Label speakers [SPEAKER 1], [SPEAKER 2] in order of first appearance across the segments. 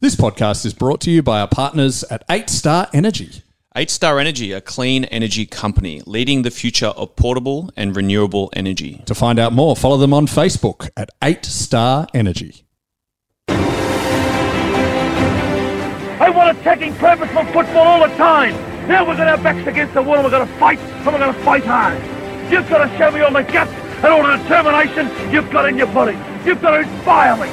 [SPEAKER 1] This podcast is brought to you by our partners at 8 Star Energy.
[SPEAKER 2] Eight Star Energy, a clean energy company leading the future of portable and renewable energy.
[SPEAKER 1] To find out more, follow them on Facebook at 8 Star Energy.
[SPEAKER 3] I want attacking purpose for football all the time. Now we're going to have backs against the wall and we're going to fight and we're going to fight hard. You've got to show me all the guts and all the determination you've got in your body. You've got to inspire me.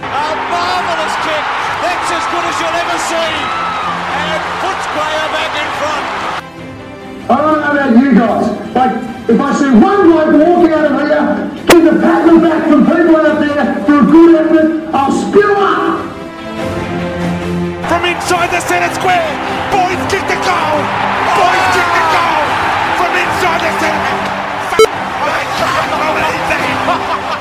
[SPEAKER 4] A marvellous kick. That's as good as you'll ever see. And puts player back in front.
[SPEAKER 5] I don't know about you guys, but if I see one bloke walking out of here, give the pat on the back from people out there for a good effort, I'll spew up.
[SPEAKER 6] from inside the centre square. Boys kick the goal. Boys kick the goal from inside the centre. F- I can't believe that.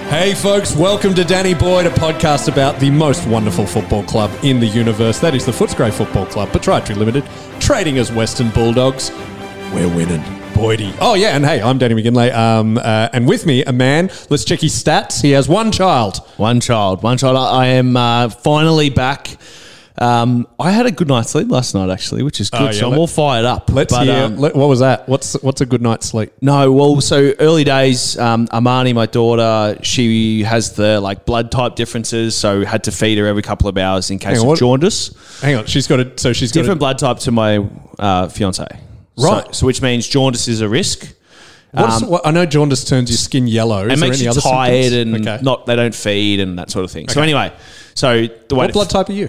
[SPEAKER 1] Hey, folks, welcome to Danny Boyd, a podcast about the most wonderful football club in the universe. That is the Footscray Football Club, Petritry Limited, trading as Western Bulldogs. We're winning. Boydie. Oh, yeah, and hey, I'm Danny McGinley. Um, uh, and with me, a man. Let's check his stats. He has one child.
[SPEAKER 7] One child, one child. I I am uh, finally back. Um, I had a good night's sleep last night, actually, which is good.
[SPEAKER 1] Oh, yeah,
[SPEAKER 7] so I'm
[SPEAKER 1] let-
[SPEAKER 7] all fired up.
[SPEAKER 1] Let's
[SPEAKER 7] But,
[SPEAKER 1] hear.
[SPEAKER 7] um,
[SPEAKER 1] let- what was that? What's what's a good night's sleep?
[SPEAKER 7] no, well, so early days, um, Amani, my daughter, she has the like blood type differences, so had to feed her every couple of hours in case
[SPEAKER 1] on,
[SPEAKER 7] of
[SPEAKER 1] what-
[SPEAKER 7] jaundice.
[SPEAKER 1] Hang on, she's got a so she's got a,
[SPEAKER 7] Different blood type to my uh, fiance,
[SPEAKER 1] Right.
[SPEAKER 7] So, so which means jaundice is a risk.
[SPEAKER 1] What's,
[SPEAKER 7] Um,
[SPEAKER 1] what, I know jaundice turns your skin yellow. Is
[SPEAKER 7] it
[SPEAKER 1] there
[SPEAKER 7] makes
[SPEAKER 1] any
[SPEAKER 7] you
[SPEAKER 1] other
[SPEAKER 7] tired
[SPEAKER 1] symptoms?
[SPEAKER 7] and
[SPEAKER 1] Okay.
[SPEAKER 7] not they don't feed and that sort of thing. So anyway, so the way
[SPEAKER 1] What
[SPEAKER 7] to-
[SPEAKER 1] blood type are you?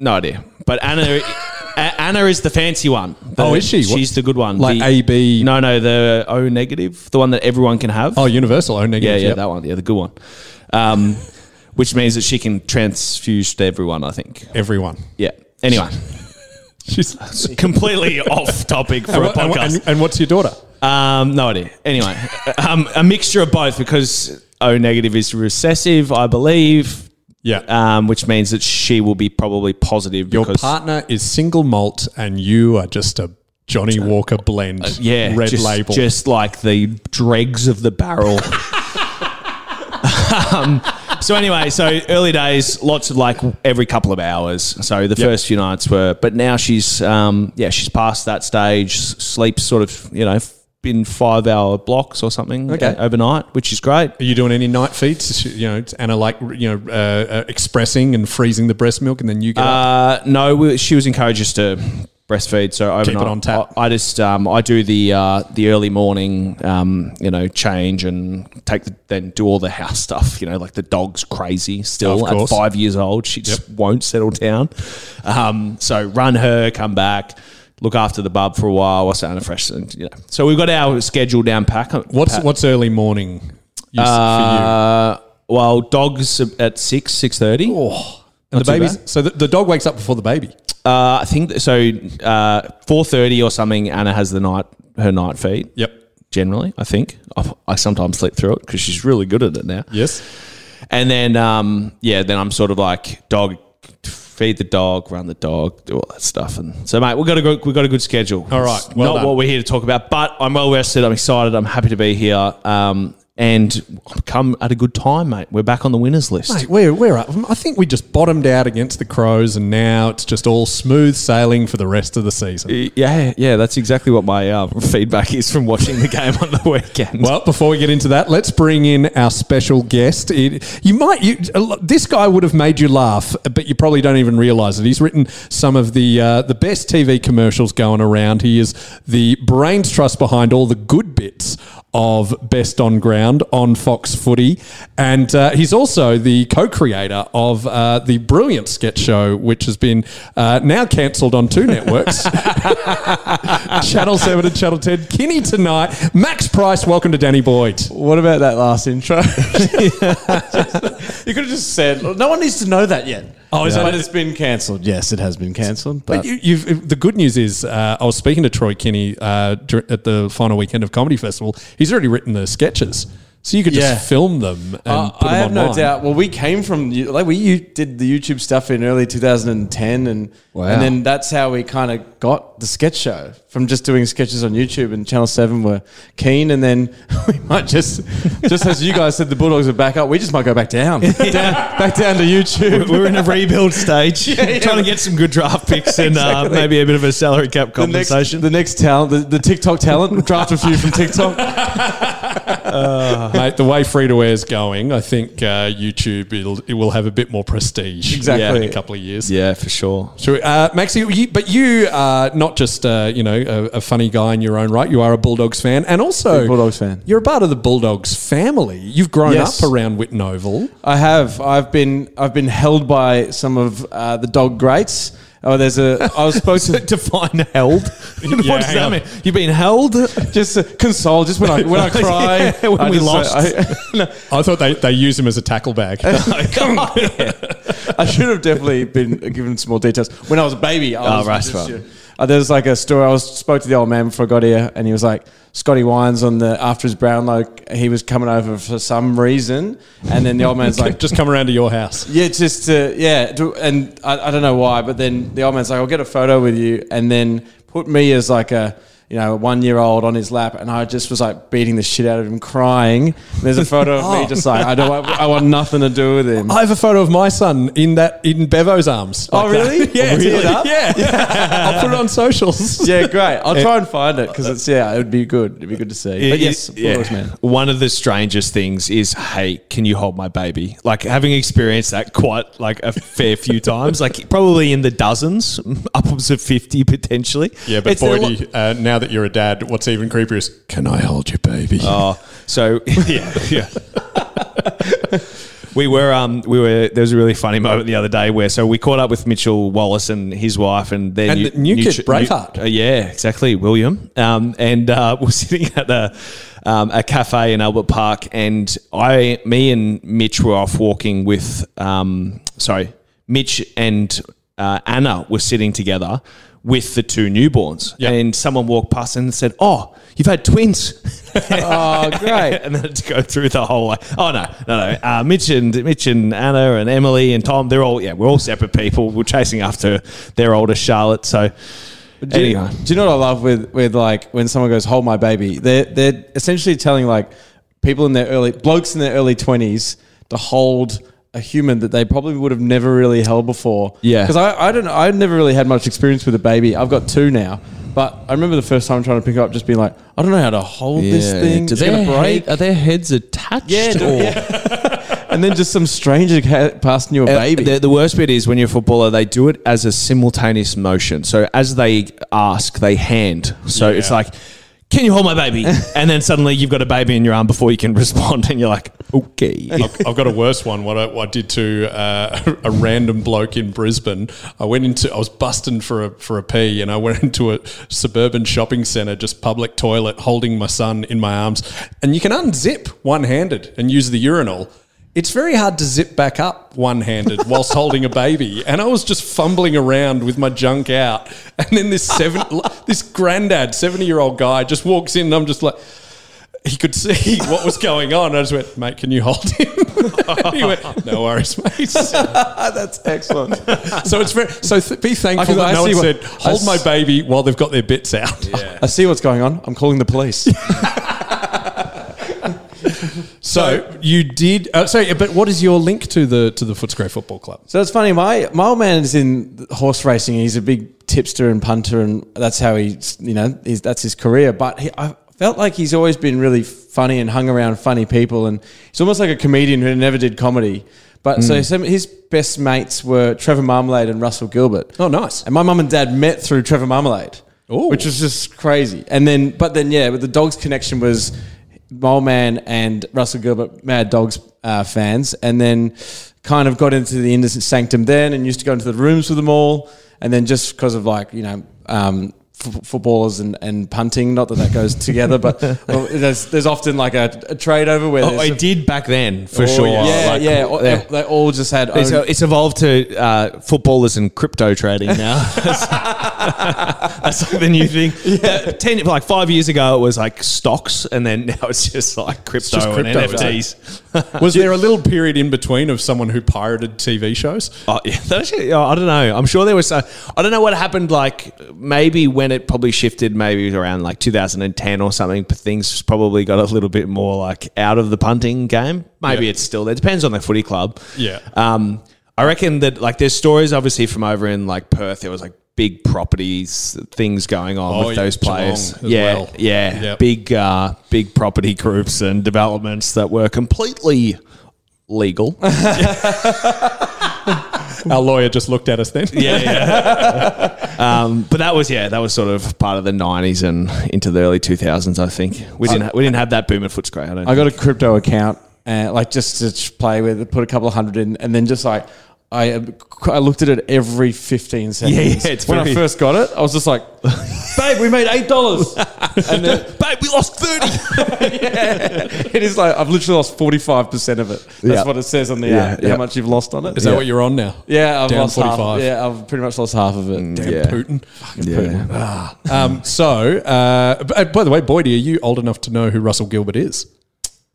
[SPEAKER 7] No idea. But Anna, A- Anna is the fancy one. The-
[SPEAKER 1] Oh, is she?
[SPEAKER 7] She's
[SPEAKER 1] What-
[SPEAKER 7] the good one.
[SPEAKER 1] like
[SPEAKER 7] the,
[SPEAKER 1] AB?
[SPEAKER 7] No, no, the O negative, the one that everyone can have.
[SPEAKER 1] Oh, universal O
[SPEAKER 7] yeah,
[SPEAKER 1] negative.
[SPEAKER 7] yeah,
[SPEAKER 1] yep.
[SPEAKER 7] that one. Yeah, the good one. Um, which means that she can transfuse to everyone. I think.
[SPEAKER 1] Everyone.
[SPEAKER 7] Yeah. Anyway,
[SPEAKER 1] She's
[SPEAKER 7] completely off topic for
[SPEAKER 1] and,
[SPEAKER 7] a
[SPEAKER 1] what- and what-
[SPEAKER 7] podcast.
[SPEAKER 1] and- and what's your daughter?
[SPEAKER 7] Um, no idea. Anyway, um, a mixture of both because O negative is recessive, I believe.
[SPEAKER 1] Yeah.
[SPEAKER 7] Um, which means that she will be probably positive.
[SPEAKER 1] Uh, Your
[SPEAKER 7] because
[SPEAKER 1] partner is single malt, and you are just a uh, Johnny Walker blend.
[SPEAKER 7] yeah,
[SPEAKER 1] red
[SPEAKER 7] just,
[SPEAKER 1] label.
[SPEAKER 7] just like the dregs of the barrel. um, so anyway, so early days, lots of like every couple of hours. So the
[SPEAKER 1] Yep.
[SPEAKER 7] first few nights were, but now she's, um, yeah, she's past that stage. S- Sleeps sort of, you know, f- in five hour blocks or something
[SPEAKER 1] Okay.
[SPEAKER 7] uh, overnight, which is great.
[SPEAKER 1] are you doing any night feeds? Is she- You know, it's Anna like you know uh, uh, expressing and freezing the breast milk, and then you get up?
[SPEAKER 7] Uh, no, we, she was encouraged just to breastfeed, so overnight,
[SPEAKER 1] on tap.
[SPEAKER 7] I, I just um, I do the uh, the early morning, um, you know, change and take the, then do all the house stuff. You know, like the dog's crazy still
[SPEAKER 1] Of
[SPEAKER 7] at
[SPEAKER 1] course.
[SPEAKER 7] five years old. She just won't settle down. Um, so run her, come back. Look after the bub for a while. What's that? Fresh, and, you know. So we've got our schedule down pack.
[SPEAKER 1] What's
[SPEAKER 7] pat-
[SPEAKER 1] what's early morning? Use for you?
[SPEAKER 7] Uh, well, dogs at six six thirty.
[SPEAKER 1] Oh, And the
[SPEAKER 7] not too
[SPEAKER 1] baby's so the, the dog wakes up before the baby.
[SPEAKER 7] Uh, I think th- so. Uh, Four thirty or something. Anna has the night her night feed.
[SPEAKER 1] Yep.
[SPEAKER 7] Generally, I think I, I sometimes sleep through it because she's really good at it now.
[SPEAKER 1] Yes.
[SPEAKER 7] And then, um, yeah, then I'm sort of like dog, feed the dog, run the dog, do all that stuff. And so, mate, we got a good, we got a good schedule.
[SPEAKER 1] All right,
[SPEAKER 7] It's
[SPEAKER 1] well
[SPEAKER 7] not
[SPEAKER 1] done.
[SPEAKER 7] what we're here to talk about, but I'm well rested. I'm excited. I'm happy to be here. Um, and I've come at a good time, mate. We're back on the winners list.
[SPEAKER 1] Mate, we're, we're up. I think we just bottomed out against the Crows, and now it's just all smooth sailing for the rest of the season.
[SPEAKER 7] Yeah, yeah, that's exactly what my uh, feedback is from watching the game on the weekend.
[SPEAKER 1] Well, before we get into that, let's bring in our special guest. It, you might, you, a lo- this guy would have made you laugh, but you probably don't even realise it. He's written some of the uh, the best TV commercials going around. He is the brains trust behind all the good bits of Best on Ground on Fox Footy, and uh, he's also the co-creator of uh, the brilliant sketch show, which has been uh, now cancelled on two networks. Channel 7 and Channel 10. Kinney tonight. Max Price, welcome to Danny Boyd.
[SPEAKER 8] What about that last intro? you could have just said, no one needs to know that yet.
[SPEAKER 1] Oh, is that
[SPEAKER 8] But
[SPEAKER 1] it?
[SPEAKER 8] it's been cancelled. Yes, it has been cancelled. But,
[SPEAKER 1] But you, you've, the good news is, uh, I was speaking to Troy Kinney uh, dur- at the final weekend of Comedy Festival. He's already written the sketches. So you could
[SPEAKER 8] Yeah.
[SPEAKER 1] just film them and
[SPEAKER 8] Uh,
[SPEAKER 1] put
[SPEAKER 8] I
[SPEAKER 1] them
[SPEAKER 8] have
[SPEAKER 1] online.
[SPEAKER 8] no doubt. Well, we came from you- like we you did the YouTube stuff in early 2010, and
[SPEAKER 1] Wow.
[SPEAKER 8] and then that's how we kind of got the sketch show from just doing sketches on YouTube. And Channel Seven were keen, and then we might just just as you guys said, the Bulldogs are back up. We just might go back down, down back down to YouTube.
[SPEAKER 7] We're in a rebuild stage, trying to get some good draft picks and uh, maybe a bit of a salary cap
[SPEAKER 8] the next,
[SPEAKER 7] compensation.
[SPEAKER 8] the next talent, the, the TikTok talent, draft a few from TikTok.
[SPEAKER 1] Mate, the way free to air is going, I think uh, YouTube it'll, it will have a bit more prestige.
[SPEAKER 8] Exactly.
[SPEAKER 1] in a couple of years.
[SPEAKER 7] yeah, for sure.
[SPEAKER 1] So, uh, Maxie, you, but you are not just uh, you know a, a funny guy in your own right. You are a Bulldogs fan, and also
[SPEAKER 8] Big Bulldogs fan.
[SPEAKER 1] You're a part of the Bulldogs family. You've grown
[SPEAKER 8] Yes.
[SPEAKER 1] up around Witten Oval.
[SPEAKER 8] I have. I've been. I've been held by some of uh, the dog greats. Oh, there's a. I was supposed to
[SPEAKER 7] Define held. what
[SPEAKER 1] Yeah,
[SPEAKER 7] does
[SPEAKER 1] hang
[SPEAKER 7] that
[SPEAKER 1] on.
[SPEAKER 7] mean? You've been held.
[SPEAKER 8] just uh, console. Just when I when I cry,
[SPEAKER 7] Yeah, when
[SPEAKER 8] I
[SPEAKER 7] we
[SPEAKER 8] just, uh,
[SPEAKER 7] lost.
[SPEAKER 8] I,
[SPEAKER 1] I thought they, they use him as a tackle bag.
[SPEAKER 7] Oh, Come on.
[SPEAKER 8] I should have definitely been given some more details when I was a baby. I
[SPEAKER 7] Oh,
[SPEAKER 8] was
[SPEAKER 7] right,
[SPEAKER 8] just,
[SPEAKER 7] right.
[SPEAKER 8] uh, there was like a story. I was spoke to the old man before I got here, and he was like, Scotty Wines on the after his Brownlow, he was coming over for some reason, and then the old man's like,
[SPEAKER 1] just come around to your house.
[SPEAKER 8] Yeah, just to, yeah, to, and I, I don't know why, but then the old man's like, "I'll get a photo with you," and then put me as like a you know one year old on his lap, and I just was like beating the shit out of him, crying. And there's a photo of me just like I don't, want- I want nothing to do with him.
[SPEAKER 1] I have a photo of my son in that in Bevo's arms.
[SPEAKER 8] Oh,
[SPEAKER 1] Like that.
[SPEAKER 8] really?
[SPEAKER 1] yeah,
[SPEAKER 8] Really?
[SPEAKER 1] it's- yeah. I'll put it on socials.
[SPEAKER 8] yeah, great. I'll try and find it because it's yeah, it would be good. It'd be good to see. But
[SPEAKER 7] It-
[SPEAKER 8] yes,
[SPEAKER 7] it-
[SPEAKER 8] Bulldogs man.
[SPEAKER 7] One of the strangest things is, hey, can you hold my baby? Like having experienced that quite like a fair few times, like probably in the dozens, upwards of fifty potentially.
[SPEAKER 1] Yeah, but
[SPEAKER 7] It's a lo-
[SPEAKER 1] Boydie, uh, now that you're a dad, what's even creepier is can I hold your baby?
[SPEAKER 7] Oh, so yeah, yeah. we were um we were there was a really funny moment the other day where so we caught up with Mitchell Wallace and his wife and their
[SPEAKER 1] And the new kid, Braveheart.
[SPEAKER 7] uh, yeah, exactly, William. Um, and uh, we're sitting at the um, a cafe in Albert Park, and I, me and Mitch were off walking with um, sorry, Mitch and uh, Anna were sitting together with the two newborns,
[SPEAKER 1] Yeah.
[SPEAKER 7] and someone walked past and said, "Oh." You've had twins.
[SPEAKER 8] Oh, great.
[SPEAKER 7] and then to go through the whole like, oh no, no, no. Uh, Mitch and Mitch and Anna and Emily and Tom, they're all yeah, we're all separate people. We're chasing after their older Charlotte. So
[SPEAKER 8] Do you,
[SPEAKER 7] anyway,
[SPEAKER 8] do you know what I love with with like when someone goes, "Hold my baby"? They're they're essentially telling like people in their early blokes in their early twenties to hold a human that they probably would have never really held before.
[SPEAKER 7] Yeah.
[SPEAKER 8] because I, I don't know, I've never really had much experience with a baby. I've got two now, but I remember the first time trying to pick it up, just being like, I don't know how to hold this thing. It's gonna break.
[SPEAKER 9] Are their heads attached?
[SPEAKER 8] Yeah, do- and then just some stranger ca- passing
[SPEAKER 1] Uh,
[SPEAKER 8] you a baby.
[SPEAKER 7] Uh, The, the worst bit is when you're a footballer, they do it as a simultaneous motion. So as they ask, they hand. So it's like, can you hold my baby? and then suddenly you've got a baby in your arm before you can respond, and you're like, okay.
[SPEAKER 1] I've, I've got a worse one. What I, what I did to uh, a random bloke in Brisbane, I went into, I was busting for a for a pee, and I went into a suburban shopping centre, just public toilet, holding my son in my arms, and you can unzip one handed and use the urinal. It's very hard to zip back up one handed whilst holding a baby, and I was just fumbling around with my junk out, and then this seven, this granddad, seventy year old guy, just walks in, and I'm just like he could see what was going on. I just went, mate, can you hold him? he went, no worries, mate. so
[SPEAKER 8] That's excellent.
[SPEAKER 1] it's very so th- be thankful
[SPEAKER 8] I can-
[SPEAKER 1] that
[SPEAKER 8] I
[SPEAKER 1] no one
[SPEAKER 8] see what-
[SPEAKER 1] said,
[SPEAKER 8] I
[SPEAKER 1] hold
[SPEAKER 8] s-
[SPEAKER 1] my baby while they've got their bits out.
[SPEAKER 8] I see what's going on. I'm calling the police.
[SPEAKER 1] So you did. Uh, sorry, but what is your link to the to the Footscray Football Club?
[SPEAKER 8] So it's funny. My my old man is in horse racing. He's a big tipster and punter, and that's how he's you know he's, that's his career. But he, I felt like he's always been really funny and hung around funny people, and he's almost like a comedian who never did comedy. But so some, his best mates were Trevor Marmalade and Russell Gilbert.
[SPEAKER 1] Oh, nice.
[SPEAKER 8] And my mum and dad met through Trevor Marmalade,
[SPEAKER 1] Ooh.
[SPEAKER 8] which was just crazy. And then, but then, yeah, but the dog's connection was Mole Man and Russell Gilbert, Mad Dogs uh, fans, and then kind of got into the inner sanctum then and used to go into the rooms with them all. And then just because of like, you know, um, f- footballers and, and punting. Not that that goes together, but well, there's, there's often like a, a trade over where
[SPEAKER 7] Oh,
[SPEAKER 8] there's
[SPEAKER 7] I
[SPEAKER 8] some-
[SPEAKER 7] did back then for
[SPEAKER 8] Oh,
[SPEAKER 7] sure.
[SPEAKER 8] Yeah,
[SPEAKER 7] Like,
[SPEAKER 8] yeah. All-
[SPEAKER 7] yeah.
[SPEAKER 8] They all just had. Own,
[SPEAKER 7] It's, it's evolved to uh, footballers and crypto trading now. That's like the new thing. Uh, Ten, like five years ago, it was like stocks, and then now it's just like crypto,
[SPEAKER 1] just crypto,
[SPEAKER 7] and NFTs.
[SPEAKER 1] Was there a little period in between of someone who pirated TV shows?
[SPEAKER 7] Oh, yeah, that actually, oh, I don't know. I'm sure there was. I I don't know what happened. Like maybe when it probably shifted, maybe it was around like 2010 or something. But things probably got a little bit more like out of the punting game. Maybe
[SPEAKER 1] Yeah.
[SPEAKER 7] it's still there. Depends on the footy club.
[SPEAKER 1] Yeah.
[SPEAKER 7] Um, I reckon that like there's stories obviously from over in like Perth. There was like big properties things going on
[SPEAKER 1] Oh,
[SPEAKER 7] with those
[SPEAKER 1] Geelong
[SPEAKER 7] players.
[SPEAKER 1] as
[SPEAKER 7] Yeah,
[SPEAKER 1] well.
[SPEAKER 7] yeah.
[SPEAKER 1] Yep.
[SPEAKER 7] Big uh, big property groups and developments that were completely legal.
[SPEAKER 1] Our lawyer just looked at us then. Yeah.
[SPEAKER 7] Um, but that was yeah, that was sort of part of the '90s and into the early 2000s. I think we didn't ha- we didn't have that boom at Footscray. I don't.
[SPEAKER 8] I got a crypto account, and like just to ch- play with, put a couple of hundred in, and then just like I, uh, I looked at it every fifteen seconds.
[SPEAKER 7] Yeah, yeah, it's
[SPEAKER 8] when
[SPEAKER 7] very-
[SPEAKER 8] I first got it, I was just like, "Babe, we made eight dollars," and then,
[SPEAKER 7] Babe, we lost thirty.
[SPEAKER 8] it is like I've literally lost forty five percent of it. That's
[SPEAKER 7] Yeah.
[SPEAKER 8] what it says on the
[SPEAKER 7] Yeah,
[SPEAKER 8] app.
[SPEAKER 7] yeah.
[SPEAKER 8] How much you've lost on it?
[SPEAKER 1] Is that what you're on now?
[SPEAKER 8] Yeah, I've
[SPEAKER 1] Down
[SPEAKER 8] lost
[SPEAKER 1] 45.
[SPEAKER 8] half. Yeah, I've pretty much lost half of it.
[SPEAKER 7] yeah.
[SPEAKER 1] Putin.
[SPEAKER 7] Yeah.
[SPEAKER 1] Um, so, uh, b- uh, by the way, Boydie, are you old enough to know who Russell Gilbert is?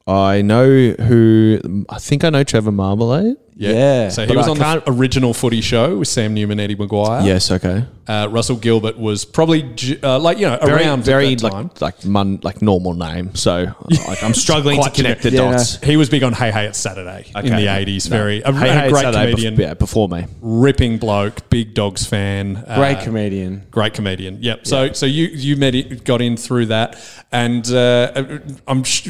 [SPEAKER 7] I know who. I think I know Trevor eh? Marmalade.
[SPEAKER 8] Yeah,
[SPEAKER 1] So he
[SPEAKER 8] but
[SPEAKER 1] was
[SPEAKER 8] I
[SPEAKER 1] on the original footy show with Sam Newman, Eddie Maguire.
[SPEAKER 7] Yes. Okay.
[SPEAKER 1] Uh, Russell Gilbert was probably ju- uh, like, you know,
[SPEAKER 7] Very,
[SPEAKER 1] around
[SPEAKER 7] very
[SPEAKER 1] that time.
[SPEAKER 7] like like mun, like normal name. So like, I'm struggling to
[SPEAKER 1] Quite
[SPEAKER 7] connect the
[SPEAKER 8] generic.
[SPEAKER 7] dots.
[SPEAKER 1] He was big on Hey Hey It's Saturday in the 80s. Very, a,
[SPEAKER 7] Hey,
[SPEAKER 1] a
[SPEAKER 7] hey,
[SPEAKER 1] great
[SPEAKER 7] Saturday
[SPEAKER 1] comedian,
[SPEAKER 7] Bef- yeah, before me.
[SPEAKER 1] ripping bloke, big dogs fan. uh,
[SPEAKER 8] Great comedian.
[SPEAKER 1] Great comedian. Yep. So so you you met it, got in through that, and uh, I'm sh-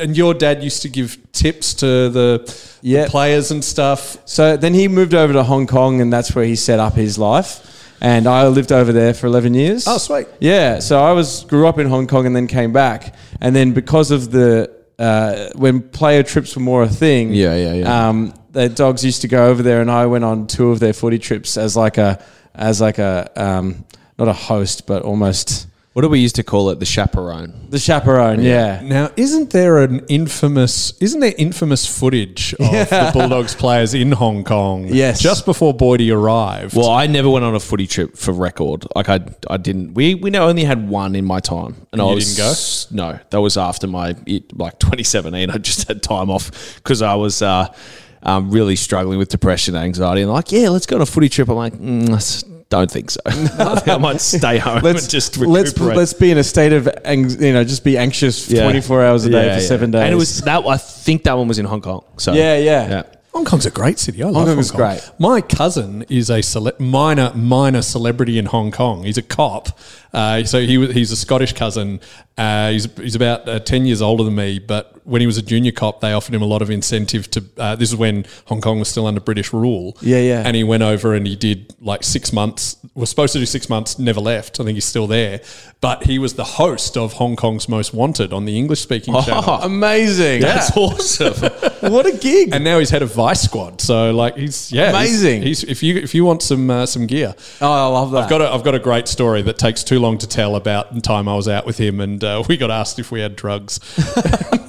[SPEAKER 1] and your dad used to give tips to the, the
[SPEAKER 8] Yep.
[SPEAKER 1] players and stuff.
[SPEAKER 8] So then he moved over to Hong Kong, and that's where he set up his life. And I lived over there for eleven years.
[SPEAKER 1] Oh, sweet.
[SPEAKER 8] Yeah. So I was grew up in Hong Kong, and then came back. And then because of the uh, when player trips were more a thing,
[SPEAKER 7] Yeah, yeah, yeah.
[SPEAKER 8] Um, their dogs used to go over there, and I went on two of their footy trips as like a as like a um, not a host, but almost
[SPEAKER 7] What do we used to call it? The chaperone.
[SPEAKER 8] the chaperone. Yeah.
[SPEAKER 1] Now, isn't there an infamous? Isn't there infamous footage of the Bulldogs players in Hong Kong?
[SPEAKER 8] Yes.
[SPEAKER 1] Just before Boydie arrived.
[SPEAKER 7] Well, I never went on a footy trip for record. Like I, I didn't. We we now only had one in my time, and I
[SPEAKER 1] You
[SPEAKER 7] was,
[SPEAKER 1] didn't
[SPEAKER 7] go. No, that was after my it, like 2017. I just had time off because I was uh, um, really struggling with depression, and anxiety, and like, yeah, let's go on a footy trip. I'm like, mm, I s- don't think so. I, think I might stay home
[SPEAKER 8] Let's
[SPEAKER 7] and just
[SPEAKER 8] let's
[SPEAKER 7] recuperate.
[SPEAKER 8] let's be in a state of ang- you know just be anxious
[SPEAKER 7] Yeah.
[SPEAKER 8] twenty four hours a day
[SPEAKER 7] Yeah,
[SPEAKER 8] for
[SPEAKER 7] yeah.
[SPEAKER 8] seven days.
[SPEAKER 7] And it was that. I think that one was in Hong Kong. So
[SPEAKER 8] Yeah, yeah.
[SPEAKER 1] Hong Kong's a great city. I love Hong
[SPEAKER 8] Kong is great.
[SPEAKER 1] My cousin is a cele- minor minor celebrity in Hong Kong. He's a cop, uh, so he was, he's a Scottish cousin. Uh, he's he's about uh, ten years older than me, but when he was a junior cop, they offered him a lot of incentive to. Uh, this is when Hong Kong was still under British rule.
[SPEAKER 8] Yeah, yeah.
[SPEAKER 1] And he went over and he did like six months. Was supposed to do six months, never left. I think he's still there, but he was the host of Hong Kong's Most Wanted on the English speaking channel.
[SPEAKER 8] Oh, amazing.
[SPEAKER 7] That's awesome.
[SPEAKER 8] what a gig.
[SPEAKER 1] and now he's head of Vice Squad. So like he's yeah, he's-
[SPEAKER 8] Amazing.
[SPEAKER 1] He's, if you if you want some uh, some gear,
[SPEAKER 8] oh, I love that.
[SPEAKER 1] I've got a, I've got a great story that takes too long to tell about the time I was out with him and uh, we got asked if we had drugs.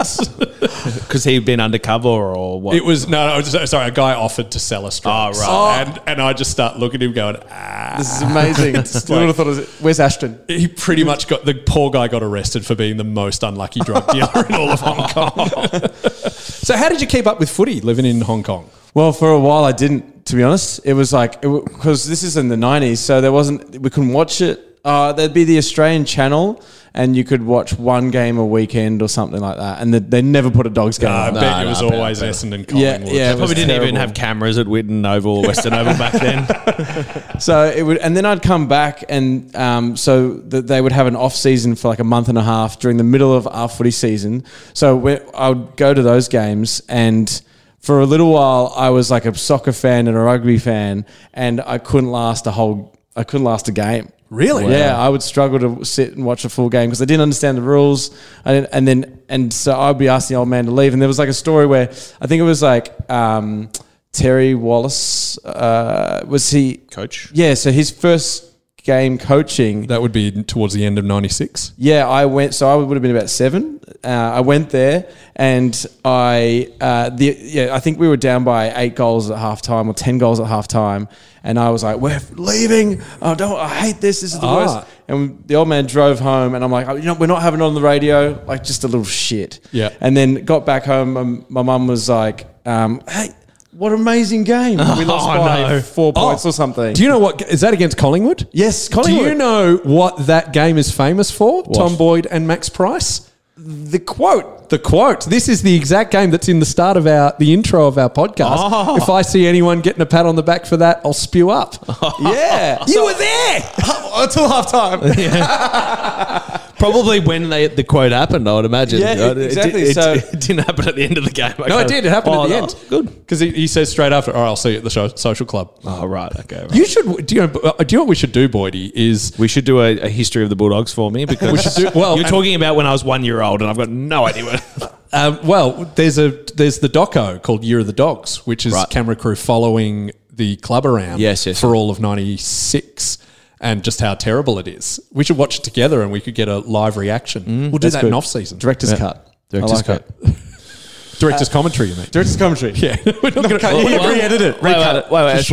[SPEAKER 7] Because he'd been undercover or what?
[SPEAKER 1] It was no, no just, sorry, a guy offered to sell us drugs.
[SPEAKER 7] right.
[SPEAKER 1] and and I just start looking at him going. Ah.
[SPEAKER 8] this is amazing. I would have thought, it was, where's Ashton?
[SPEAKER 1] He pretty much got the poor guy got arrested for being the most unlucky drug dealer in all of Hong Kong. so how did you keep up with footy living in Hong Kong?
[SPEAKER 8] Well, for a while I didn't. To be honest, it was like because this is in the '90s, so there wasn't we couldn't watch it. Uh, there'd be the Australian channel, and you could watch one game a weekend or something like that. And they, they never put a dogs game.
[SPEAKER 1] I
[SPEAKER 8] on.
[SPEAKER 1] bet it was
[SPEAKER 7] no, I bet-
[SPEAKER 1] always
[SPEAKER 7] I bet.
[SPEAKER 1] Essendon
[SPEAKER 8] Yeah,
[SPEAKER 1] Collingwood.
[SPEAKER 8] yeah, it was
[SPEAKER 7] Probably didn't even
[SPEAKER 8] terrible.
[SPEAKER 7] have cameras at Witten Oval or Western Oval back then.
[SPEAKER 8] So it would, and then I'd come back, and um, so th- they would have an off season for like a month and a half during the middle of our footy season. So we- I would go to those games, and for a little while, I was like a soccer fan and a rugby fan, and I couldn't last a whole, I couldn't last a game.
[SPEAKER 1] Really?
[SPEAKER 8] Yeah, I would struggle to sit and watch a full game because I didn't understand the rules. I didn't, and then and so I'd be asking the old man to leave. And there was like a story where I think it was like um, Terry Wallace uh, was he
[SPEAKER 7] Coach?
[SPEAKER 8] Yeah, so his first game coaching.
[SPEAKER 10] That would be towards the end of 96.
[SPEAKER 8] Yeah, I went. So I would have been about seven. Uh, I went there, and I uh, the yeah. I think we were down by eight goals at half time or ten goals at half time, and I was like, "We're leaving. I don't. I hate this. This is the
[SPEAKER 10] Ah.
[SPEAKER 8] worst." And the old man drove home, and I'm like, oh, "You know, we're not having it on the radio. Like, just a little shit."
[SPEAKER 10] Yeah.
[SPEAKER 8] And then got back home, and my mum was like, um, "Hey." What an amazing game! We lost
[SPEAKER 10] Oh,
[SPEAKER 8] by
[SPEAKER 10] no.
[SPEAKER 8] four points
[SPEAKER 10] Oh.
[SPEAKER 8] or something.
[SPEAKER 10] Do you know what? Is that against Collingwood?
[SPEAKER 8] yes, Collingwood.
[SPEAKER 10] Do you know what that game is famous for? Tom Boyd and Max Price?
[SPEAKER 8] the quote
[SPEAKER 10] The quote. This is the exact game that's in the start of our, the intro of our podcast.
[SPEAKER 7] Oh.
[SPEAKER 10] If I see anyone getting a pat on the back for that, I'll spew up.
[SPEAKER 8] Yeah.
[SPEAKER 10] You were there!
[SPEAKER 8] until half time.
[SPEAKER 7] Probably when they, the quote happened, I would imagine.
[SPEAKER 8] Yeah,
[SPEAKER 7] Right? It
[SPEAKER 8] exactly.
[SPEAKER 7] did- It,
[SPEAKER 8] So-
[SPEAKER 7] it didn't happen at the end of the game.
[SPEAKER 10] No, it did. It happened
[SPEAKER 7] Oh,
[SPEAKER 10] at the
[SPEAKER 7] no.
[SPEAKER 10] end.
[SPEAKER 7] Good.
[SPEAKER 10] Because he, he says straight after, all right, I'll see you at the show, social club.
[SPEAKER 7] Oh, right. Okay. right.
[SPEAKER 10] You should, do you, know, uh, do you know what we should do, Boydie, is
[SPEAKER 7] We should do a, a history of the Bulldogs for me because
[SPEAKER 10] We should do- well,
[SPEAKER 7] you're
[SPEAKER 10] and-
[SPEAKER 7] talking about when I was one year old and I've got no idea what.
[SPEAKER 10] Um, well, there's a there's the doco called Year of the Dogs, which is
[SPEAKER 7] Right.
[SPEAKER 10] camera crew following the club around
[SPEAKER 7] Yes, yes,
[SPEAKER 10] for
[SPEAKER 7] yes.
[SPEAKER 10] all of '96 and just how terrible it is. We should watch it together and we could get a live reaction. we'll do that in off season.
[SPEAKER 8] Director's cut.
[SPEAKER 7] Director's
[SPEAKER 8] I like
[SPEAKER 7] cut.
[SPEAKER 8] it.
[SPEAKER 10] Director's
[SPEAKER 7] Uh,
[SPEAKER 10] commentary, you mean?
[SPEAKER 8] Director's commentary.
[SPEAKER 10] yeah, we're not gonna-
[SPEAKER 8] cut- you re-edit it,
[SPEAKER 7] Wait,
[SPEAKER 8] recut
[SPEAKER 7] wait,
[SPEAKER 8] it,
[SPEAKER 7] wait, wait,
[SPEAKER 8] just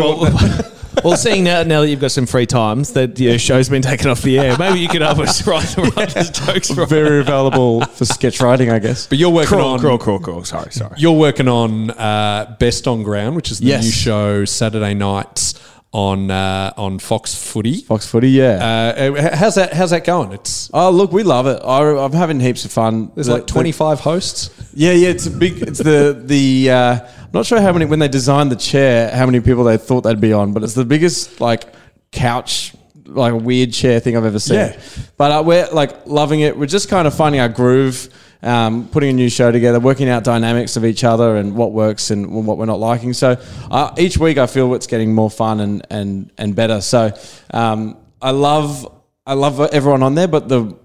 [SPEAKER 7] well, well, seeing now, now that you've got some free times that your show's been taken off the air, maybe you could help us write, write those jokes. Right.
[SPEAKER 8] Very available for sketch writing, I guess.
[SPEAKER 10] But you're working
[SPEAKER 7] Crawl,
[SPEAKER 10] on
[SPEAKER 7] crawl, crawl, crawl. Sorry, sorry.
[SPEAKER 10] you're working on uh, Best on Ground, which is the
[SPEAKER 8] Yes.
[SPEAKER 10] new show Saturday nights on uh, on Fox Footy.
[SPEAKER 8] Fox footy, yeah.
[SPEAKER 10] Uh, how's that? How's that going? It's
[SPEAKER 8] oh, look, we love it. I, I'm having heaps of fun.
[SPEAKER 10] there's
[SPEAKER 8] The-
[SPEAKER 10] like 25 hosts.
[SPEAKER 8] the- yeah, yeah. It's a big. It's the the. Uh, I'm not sure how many when they designed the chair, how many people they thought they'd be on, but it's the biggest like couch. Like weird chair thing I've ever seen,
[SPEAKER 10] Yeah.
[SPEAKER 8] but uh, we're like loving it. We're just kind of finding our groove, um, putting a new show together, working out dynamics of each other and what works and what we're not liking. So uh, each week I feel it's getting more fun and and and better. So um, I love I love everyone on there, but the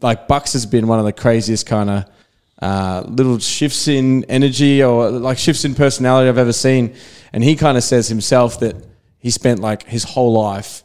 [SPEAKER 8] like Bucks has been one of the craziest kind of uh, little shifts in energy or like shifts in personality I've ever seen. And he kind of says himself that he spent like his whole life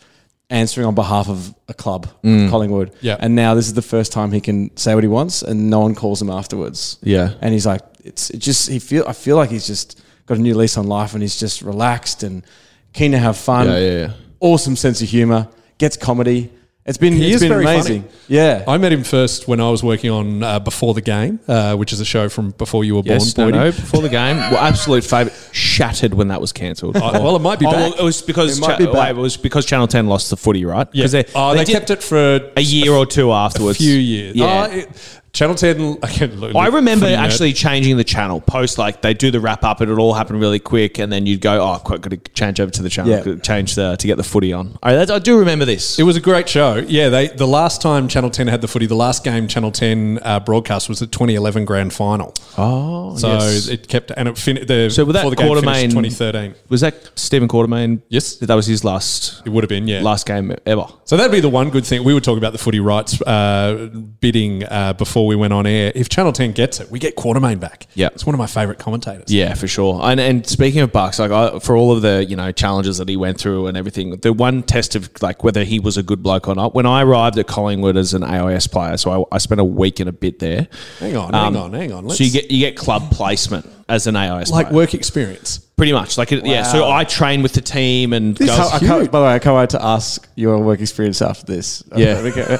[SPEAKER 8] answering on behalf of a club,
[SPEAKER 7] Mm.
[SPEAKER 8] Collingwood.
[SPEAKER 10] Yeah.
[SPEAKER 8] And now this is the first time he can say what he wants, and no one calls him afterwards.
[SPEAKER 7] Yeah.
[SPEAKER 8] And he's like, it's it just he feel I feel like he's just got a new lease on life, and he's just relaxed and keen to have fun.
[SPEAKER 7] Yeah, yeah, yeah.
[SPEAKER 8] Awesome sense of humor. Gets comedy. It's been
[SPEAKER 10] He
[SPEAKER 8] it's
[SPEAKER 10] is
[SPEAKER 8] been
[SPEAKER 10] very
[SPEAKER 8] amazing.
[SPEAKER 10] funny.
[SPEAKER 8] Yeah.
[SPEAKER 10] I met him first when I was working on uh, Before the Game, uh, which is a show from before you were
[SPEAKER 7] Yes, no,
[SPEAKER 10] born.
[SPEAKER 7] no,
[SPEAKER 10] Boydie.
[SPEAKER 7] before the game, well, absolute favourite. Shattered when that was cancelled.
[SPEAKER 10] Oh, well, it might be back.
[SPEAKER 7] well, it was because
[SPEAKER 8] It might
[SPEAKER 7] cha-
[SPEAKER 8] be back.
[SPEAKER 7] wait, it was because Channel Ten lost the footy, right?
[SPEAKER 10] Yeah.
[SPEAKER 7] 'Cause They,
[SPEAKER 10] oh, they,
[SPEAKER 7] they did
[SPEAKER 10] kept it for
[SPEAKER 7] a year or two
[SPEAKER 10] a
[SPEAKER 7] afterwards.
[SPEAKER 10] few years.
[SPEAKER 7] Yeah.
[SPEAKER 10] Oh, it- Channel 10. I, can look-
[SPEAKER 7] I remember
[SPEAKER 10] footy nerd.
[SPEAKER 7] actually changing the channel post like they do the wrap up and it all happened really quick and then you'd go oh quite good to change over to the channel
[SPEAKER 8] Yeah.
[SPEAKER 7] good- change the to get the footy on I, that, I do remember this
[SPEAKER 10] It was a great show. Yeah, they the last time Channel 10 had the footy, the last game Channel 10 uh, broadcast was the 2011 grand final.
[SPEAKER 7] oh
[SPEAKER 10] So it kept, and it fin- the,
[SPEAKER 7] so with that
[SPEAKER 10] Before the Game
[SPEAKER 7] Quartermain
[SPEAKER 10] finished 2013.
[SPEAKER 7] was that Stephen Quartermain
[SPEAKER 10] Yes.
[SPEAKER 7] that was his last
[SPEAKER 10] It would have been, yeah.
[SPEAKER 7] last game ever
[SPEAKER 10] So that'd be the one good thing. We were talking about the footy rights uh, bidding uh, before we went on air. If Channel 10 gets it, we get Quartermain back.
[SPEAKER 7] Yeah.
[SPEAKER 10] It's one of my favourite commentators.
[SPEAKER 7] Yeah, for sure. And and speaking of Bucks, like I, for all of the you know challenges that he went through and everything, the one test of like whether he was a good bloke or not. When I arrived at Collingwood as an AIS player, so I, I spent a week and a bit there.
[SPEAKER 10] Hang on,
[SPEAKER 7] Um,
[SPEAKER 10] hang on, hang on. Let's,
[SPEAKER 7] so you get you get club placement as an AIS
[SPEAKER 10] like
[SPEAKER 7] player.
[SPEAKER 10] work experience.
[SPEAKER 7] pretty much like it, yeah. So I train with the team and
[SPEAKER 10] This
[SPEAKER 7] go-
[SPEAKER 10] is
[SPEAKER 8] I can't, by the way, I can't wait to ask your work experience after this. uh,
[SPEAKER 7] Yeah.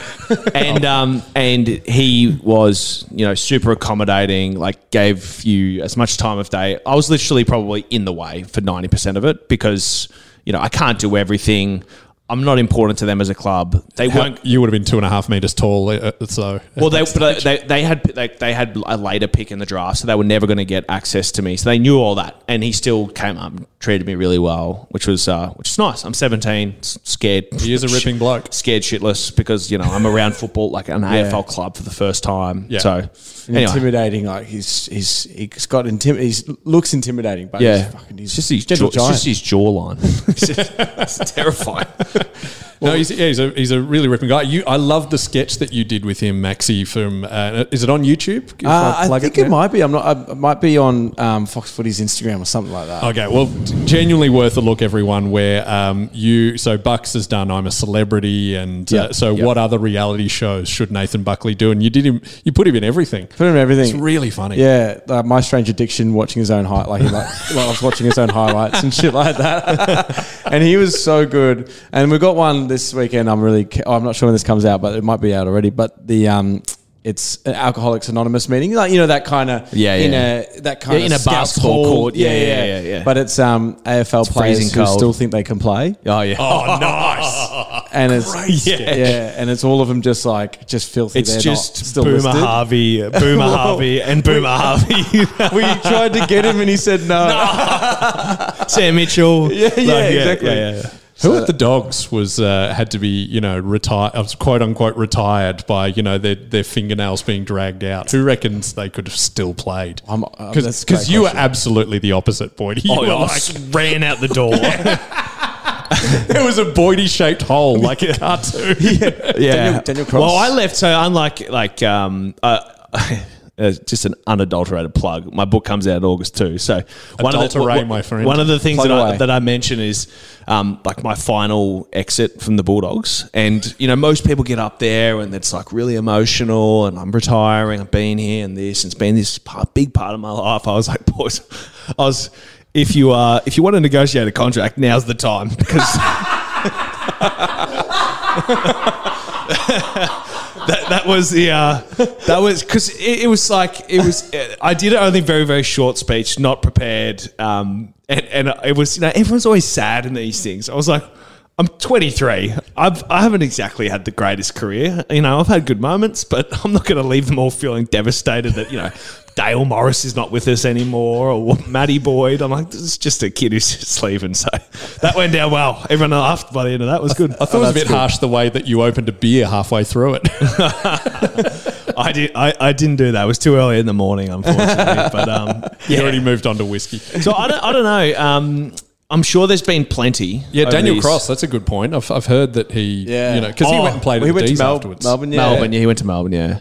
[SPEAKER 7] and um and he was you know super accommodating like gave you as much time of day i was literally probably in the way for 90% of it because you know i can't do everything i'm not important to them as a club they weren't
[SPEAKER 10] you would have been two and a half meters tall. uh, uh, So
[SPEAKER 7] well, they, but they, they had they, they had a later pick in the draft, so they were never going to get access to me. So they knew all that, and he still came up, and treated me really well, which was uh, which is nice. I'm 17, s- scared.
[SPEAKER 10] He is a ripping bloke.
[SPEAKER 7] Scared shitless because you know I'm around football like an AFL club for the first time.
[SPEAKER 10] Yeah.
[SPEAKER 7] So
[SPEAKER 8] And
[SPEAKER 7] anyway,
[SPEAKER 8] intimidating. Like he's he's he's got intim. He looks intimidating, but
[SPEAKER 7] yeah,
[SPEAKER 8] he's fucking he's
[SPEAKER 7] it's just his jaw,
[SPEAKER 8] gentle
[SPEAKER 7] it's just
[SPEAKER 8] giant.
[SPEAKER 7] his jawline. it's, just- it's terrifying.
[SPEAKER 10] no, he's, yeah, he's a he's a really ripping guy. You, I love the sketch that you did with him, Maxi. From uh, is it on YouTube? If
[SPEAKER 8] Uh, I
[SPEAKER 10] plug
[SPEAKER 8] think it,
[SPEAKER 10] now?
[SPEAKER 8] might be. I'm not. I- It might be on um, Fox Footy's Instagram or something like that.
[SPEAKER 10] Okay, well, genuinely worth a look, everyone. Where um, you so Bucks has done "I'm a Celebrity," and
[SPEAKER 8] Yeah,
[SPEAKER 10] uh, so
[SPEAKER 8] yeah.
[SPEAKER 10] what other reality shows should Nathan Buckley do? And you did him, you put him in everything.
[SPEAKER 8] Put him in everything.
[SPEAKER 10] It's really funny.
[SPEAKER 8] Yeah, like my strange addiction, watching his own highlight, like, he like, like I was watching his own highlights and shit like that. and he was so good. And we got one this weekend. I'm really, ca- I'm not sure when this comes out, but it might be out already. But the um, it's an Alcoholics Anonymous meeting, like you know that kind of
[SPEAKER 7] Yeah,
[SPEAKER 8] in
[SPEAKER 7] yeah.
[SPEAKER 8] a that kind
[SPEAKER 7] Yeah,
[SPEAKER 8] of
[SPEAKER 7] in a
[SPEAKER 8] scouts
[SPEAKER 7] basketball
[SPEAKER 8] hall.
[SPEAKER 7] court. Yeah, yeah, yeah, yeah.
[SPEAKER 8] But it's um AFL
[SPEAKER 7] freezing
[SPEAKER 8] players who
[SPEAKER 7] cold.
[SPEAKER 8] still think they can play,
[SPEAKER 7] Oh yeah.
[SPEAKER 10] Oh, nice.
[SPEAKER 8] and it's
[SPEAKER 10] Great
[SPEAKER 8] yeah. and it's all of them just like just filthy.
[SPEAKER 7] It's
[SPEAKER 8] They're not
[SPEAKER 7] just
[SPEAKER 8] still
[SPEAKER 7] Boomer
[SPEAKER 8] listed.
[SPEAKER 7] Harvey, uh, Boomer Harvey, and Boomer Harvey.
[SPEAKER 8] We tried to get him, and he said no.
[SPEAKER 7] Sam Mitchell.
[SPEAKER 8] Yeah, yeah, exactly.
[SPEAKER 10] Who at the Dogs was uh, had to be you know retired, quote unquote retired by you know their their fingernails being dragged out. Who reckons they could have still played?
[SPEAKER 8] I'm- uh, that's a great
[SPEAKER 10] Because you were
[SPEAKER 8] question.
[SPEAKER 10] absolutely the opposite, Boyd. You
[SPEAKER 7] Oh,
[SPEAKER 10] were
[SPEAKER 7] yeah, I
[SPEAKER 10] like,
[SPEAKER 7] s- ran out the door. yeah.
[SPEAKER 10] there was a Boydie shaped hole like a cartoon.
[SPEAKER 8] Daniel- Daniel Cross.
[SPEAKER 7] Well, I left. So unlike like um, uh, uh, just an unadulterated plug. My book comes out in August too. So
[SPEAKER 10] Adulterate,
[SPEAKER 7] one,
[SPEAKER 10] my friend.
[SPEAKER 7] One of the things
[SPEAKER 8] Plug
[SPEAKER 7] that I,
[SPEAKER 8] away.
[SPEAKER 7] that I mention is um, like my final exit from the Bulldogs, and you know most people get up there and it's like really emotional, and I'm retiring. I've been here and this. And it's been this part, big part of my life. I was like, boys, I was. If you uh, if you want to negotiate a contract, now's the time because. that, that was the uh, that was because it, it was like it was I did only very very short speech, not prepared, um, and and it was you know everyone's always sad in these things. I was like. I'm 23. I've I haven't exactly had the greatest career. You know, I've had good moments, but I'm not going to leave them all feeling devastated that you know Dale Morris is not with us anymore or Matty Boyd. I'm like, this is just a kid who's just leaving. So that went down well. Everyone laughed by the end of that. It was good.
[SPEAKER 10] I thought it was a bit harsh the way that you opened a beer halfway through it.
[SPEAKER 7] I did. I, I didn't do that. It was too early in the morning, unfortunately. but um,
[SPEAKER 10] You
[SPEAKER 7] yeah.
[SPEAKER 10] already moved on to whiskey.
[SPEAKER 7] So I don't. I don't know. Um, I'm sure there's been plenty.
[SPEAKER 10] Yeah,
[SPEAKER 7] over
[SPEAKER 10] Daniel
[SPEAKER 7] these-
[SPEAKER 10] Cross. That's a good point. I've, I've heard that he,
[SPEAKER 8] Yeah.
[SPEAKER 10] you know, because he
[SPEAKER 7] Oh,
[SPEAKER 10] went and played
[SPEAKER 8] We
[SPEAKER 10] at the
[SPEAKER 8] went to
[SPEAKER 10] D's
[SPEAKER 8] Mel-
[SPEAKER 10] afterwards.
[SPEAKER 8] Melbourne, yeah.
[SPEAKER 7] Melbourne. Yeah, he went to Melbourne. Yeah.